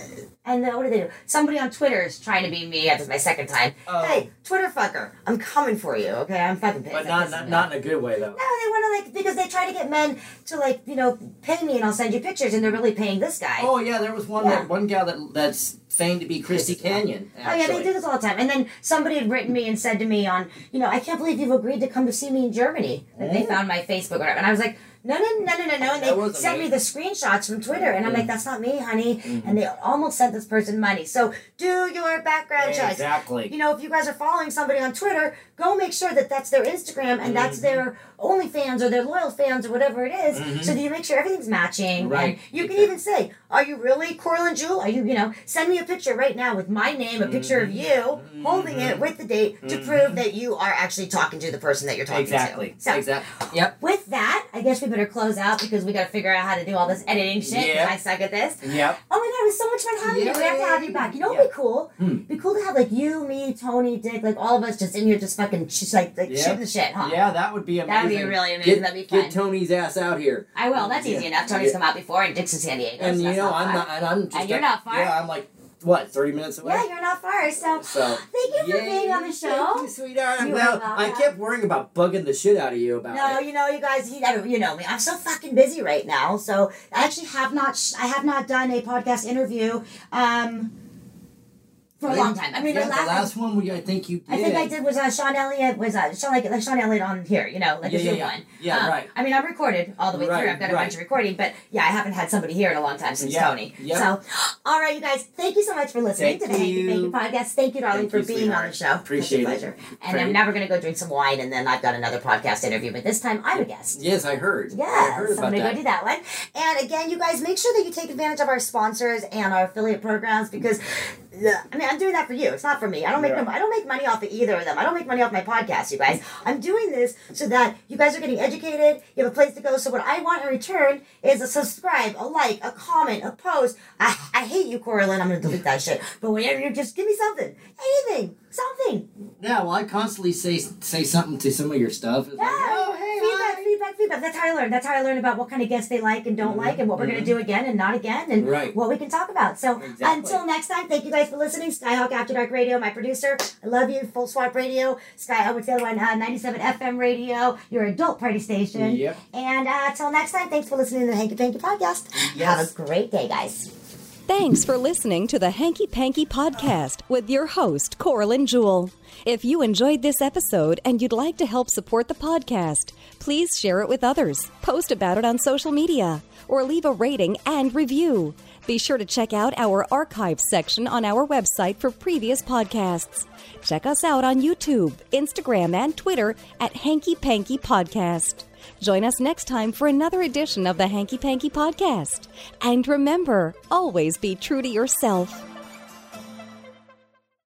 [SPEAKER 4] and uh, what do they do? Somebody on Twitter is trying to be me. This is my second time.
[SPEAKER 5] Oh.
[SPEAKER 4] Hey, Twitter fucker, I'm coming for you. Okay, I'm fucking pissed.
[SPEAKER 5] but
[SPEAKER 4] That
[SPEAKER 5] not
[SPEAKER 4] pisses
[SPEAKER 5] not,
[SPEAKER 4] me
[SPEAKER 5] not in a good way though.
[SPEAKER 4] no, they want to like because they try to get men to like you know pay me and I'll send you pictures and they're really paying this guy.
[SPEAKER 5] Oh yeah, there was one
[SPEAKER 4] Yeah.
[SPEAKER 5] that one gal that that's feigned to be Christy Canyon.
[SPEAKER 4] Oh yeah,
[SPEAKER 5] Actually.
[SPEAKER 4] they do this all the time. And then somebody had written me and said to me on, you know, I can't believe you've agreed to come to see me in Germany. That they found my Facebook or whatever. And I was like, no, no, no, no, no, no. And
[SPEAKER 5] Hmm? That Hmm.
[SPEAKER 4] they
[SPEAKER 5] wasn't
[SPEAKER 4] sent
[SPEAKER 5] me.
[SPEAKER 4] me the screenshots from Twitter. And I'm like, that's not me, honey.
[SPEAKER 5] Hmm.
[SPEAKER 4] And they almost sent this person money. So do your background checks.
[SPEAKER 5] Exactly.
[SPEAKER 4] You know, if you guys are following somebody on Twitter, go make sure that that's their Instagram and
[SPEAKER 5] Mm-hmm.
[SPEAKER 4] that's their OnlyFans or their loyal fans or whatever it is, so that you make sure everything's matching. And
[SPEAKER 5] Right.
[SPEAKER 4] you can even say, "Are you really Corlin Jewel? Are you, you know, send me a picture right now with my name, a picture of you
[SPEAKER 5] Mm-hmm.
[SPEAKER 4] holding it with the date to prove that you are actually talking to the person that you're talking
[SPEAKER 5] Exactly.
[SPEAKER 4] to." So,
[SPEAKER 5] Exactly. Yep.
[SPEAKER 4] With that, I guess we better close out because we got to figure out how to do all this editing shit. 'cause
[SPEAKER 5] Yeah.
[SPEAKER 4] I suck at this.
[SPEAKER 5] Yep.
[SPEAKER 4] Oh my god, it was so much fun having you. We have to have you back. You know what would be cool?
[SPEAKER 5] Hmm.
[SPEAKER 4] Be cool to have like you, me, Tony, Dick, like all of us just in here just fucking just like, like
[SPEAKER 5] Yeah.
[SPEAKER 4] shooting the shit, huh?
[SPEAKER 5] Yeah, that would be amazing.
[SPEAKER 4] That would be really amazing.
[SPEAKER 5] Get,
[SPEAKER 4] That'd be fun.
[SPEAKER 5] Get Tony's ass out here.
[SPEAKER 4] I will. That's easy
[SPEAKER 5] Yeah.
[SPEAKER 4] enough. Tony's come out before and Dick's in San Diego.
[SPEAKER 5] And
[SPEAKER 4] so
[SPEAKER 5] you
[SPEAKER 4] that's
[SPEAKER 5] know,
[SPEAKER 4] not
[SPEAKER 5] I'm
[SPEAKER 4] far.
[SPEAKER 5] not, and I'm just.
[SPEAKER 4] And you're not far.
[SPEAKER 5] Yeah, I'm like what, 30 minutes away?
[SPEAKER 4] Yeah, you're not far. So,
[SPEAKER 5] So,
[SPEAKER 4] thank you for
[SPEAKER 5] yay,
[SPEAKER 4] being on the
[SPEAKER 5] Thank
[SPEAKER 4] show.
[SPEAKER 5] you, sweetheart. I'm
[SPEAKER 4] You are
[SPEAKER 5] glad. I
[SPEAKER 4] welcome.
[SPEAKER 5] kept worrying about bugging the shit out of you about
[SPEAKER 4] No,
[SPEAKER 5] it.
[SPEAKER 4] you know, you guys, you know, you know me. I'm so fucking busy right now. So I actually have not, sh- I have not done a podcast interview um, for a long time. I mean,
[SPEAKER 5] yeah,
[SPEAKER 4] the
[SPEAKER 5] the last one we, I think you did.
[SPEAKER 4] I think I did was uh, Sean Elliott was uh, Sean like, like Sean Elliott on here, you know, like
[SPEAKER 5] Yeah,
[SPEAKER 4] a
[SPEAKER 5] yeah,
[SPEAKER 4] Zoom
[SPEAKER 5] yeah.
[SPEAKER 4] one.
[SPEAKER 5] Yeah,
[SPEAKER 4] Um,
[SPEAKER 5] right.
[SPEAKER 4] I mean, I'm recorded all the way
[SPEAKER 5] Right,
[SPEAKER 4] through. I've got a
[SPEAKER 5] right.
[SPEAKER 4] bunch of recording, but yeah, I haven't had somebody here in a long time since
[SPEAKER 5] Yeah,
[SPEAKER 4] Tony.
[SPEAKER 5] yeah.
[SPEAKER 4] So, all right, you guys, thank you so much for listening
[SPEAKER 5] Thank
[SPEAKER 4] to the Hanky
[SPEAKER 5] you.
[SPEAKER 4] Panky podcast. Thank you, darling,
[SPEAKER 5] Thank
[SPEAKER 4] for
[SPEAKER 5] you,
[SPEAKER 4] being on
[SPEAKER 5] sweetheart.
[SPEAKER 4] the show.
[SPEAKER 5] Appreciate it.
[SPEAKER 4] Such a pleasure. And
[SPEAKER 5] Great.
[SPEAKER 4] I'm now we're gonna go drink some wine, and then I've got another podcast interview. But this time, I'm a guest.
[SPEAKER 5] Yes, I heard. I
[SPEAKER 4] Yes,
[SPEAKER 5] heard
[SPEAKER 4] I'm
[SPEAKER 5] about
[SPEAKER 4] gonna
[SPEAKER 5] that.
[SPEAKER 4] go do that one. And again, you guys, make sure that you take advantage of our sponsors and our affiliate programs because, the, I mean, I'm doing that for you. It's not for me. I don't make
[SPEAKER 5] Yeah.
[SPEAKER 4] no, I don't make money off of either of them. I don't make money off my podcast, you guys. I'm doing this so that you guys are getting educated. You have a place to go. So what I want in return is a subscribe, a like, a comment, a post. I, I hate you, Coraline. I'm gonna delete that shit. But whenever you just give me something, anything, something.
[SPEAKER 5] Yeah, well, I constantly say say something to some of your stuff. It's like,
[SPEAKER 4] Yeah.
[SPEAKER 5] oh, hey,
[SPEAKER 4] feedback,
[SPEAKER 5] hi."
[SPEAKER 4] feedback, feedback. That's how I learn. That's how I learn about what kind of guests they like and don't like, and what we're going to do again and not again, and
[SPEAKER 5] Mm-hmm. Right.
[SPEAKER 4] what we can talk about. So
[SPEAKER 5] Exactly.
[SPEAKER 4] until next time, thank you guys for listening. Skyhawk After Dark Radio, my producer. I love you. Full Swap Radio, Sky. What's the other one? Uh, Ninety-seven FM Radio, your adult party station.
[SPEAKER 5] Yep.
[SPEAKER 4] And uh, till next time, thanks for listening to the Hanky Panky Podcast. Have
[SPEAKER 5] Yes.
[SPEAKER 4] a great day, guys.
[SPEAKER 3] Thanks for listening to the Hanky Panky Podcast with your host, Coraline Jewell. If you enjoyed this episode and you'd like to help support the podcast, please share it with others, post about it on social media, or leave a rating and review. Be sure to check out our archive section on our website for previous podcasts. Check us out on YouTube, Instagram, and Twitter at Hanky Panky Podcast. Join us next time for another edition of the Hanky Panky Podcast. And remember, always be true to yourself.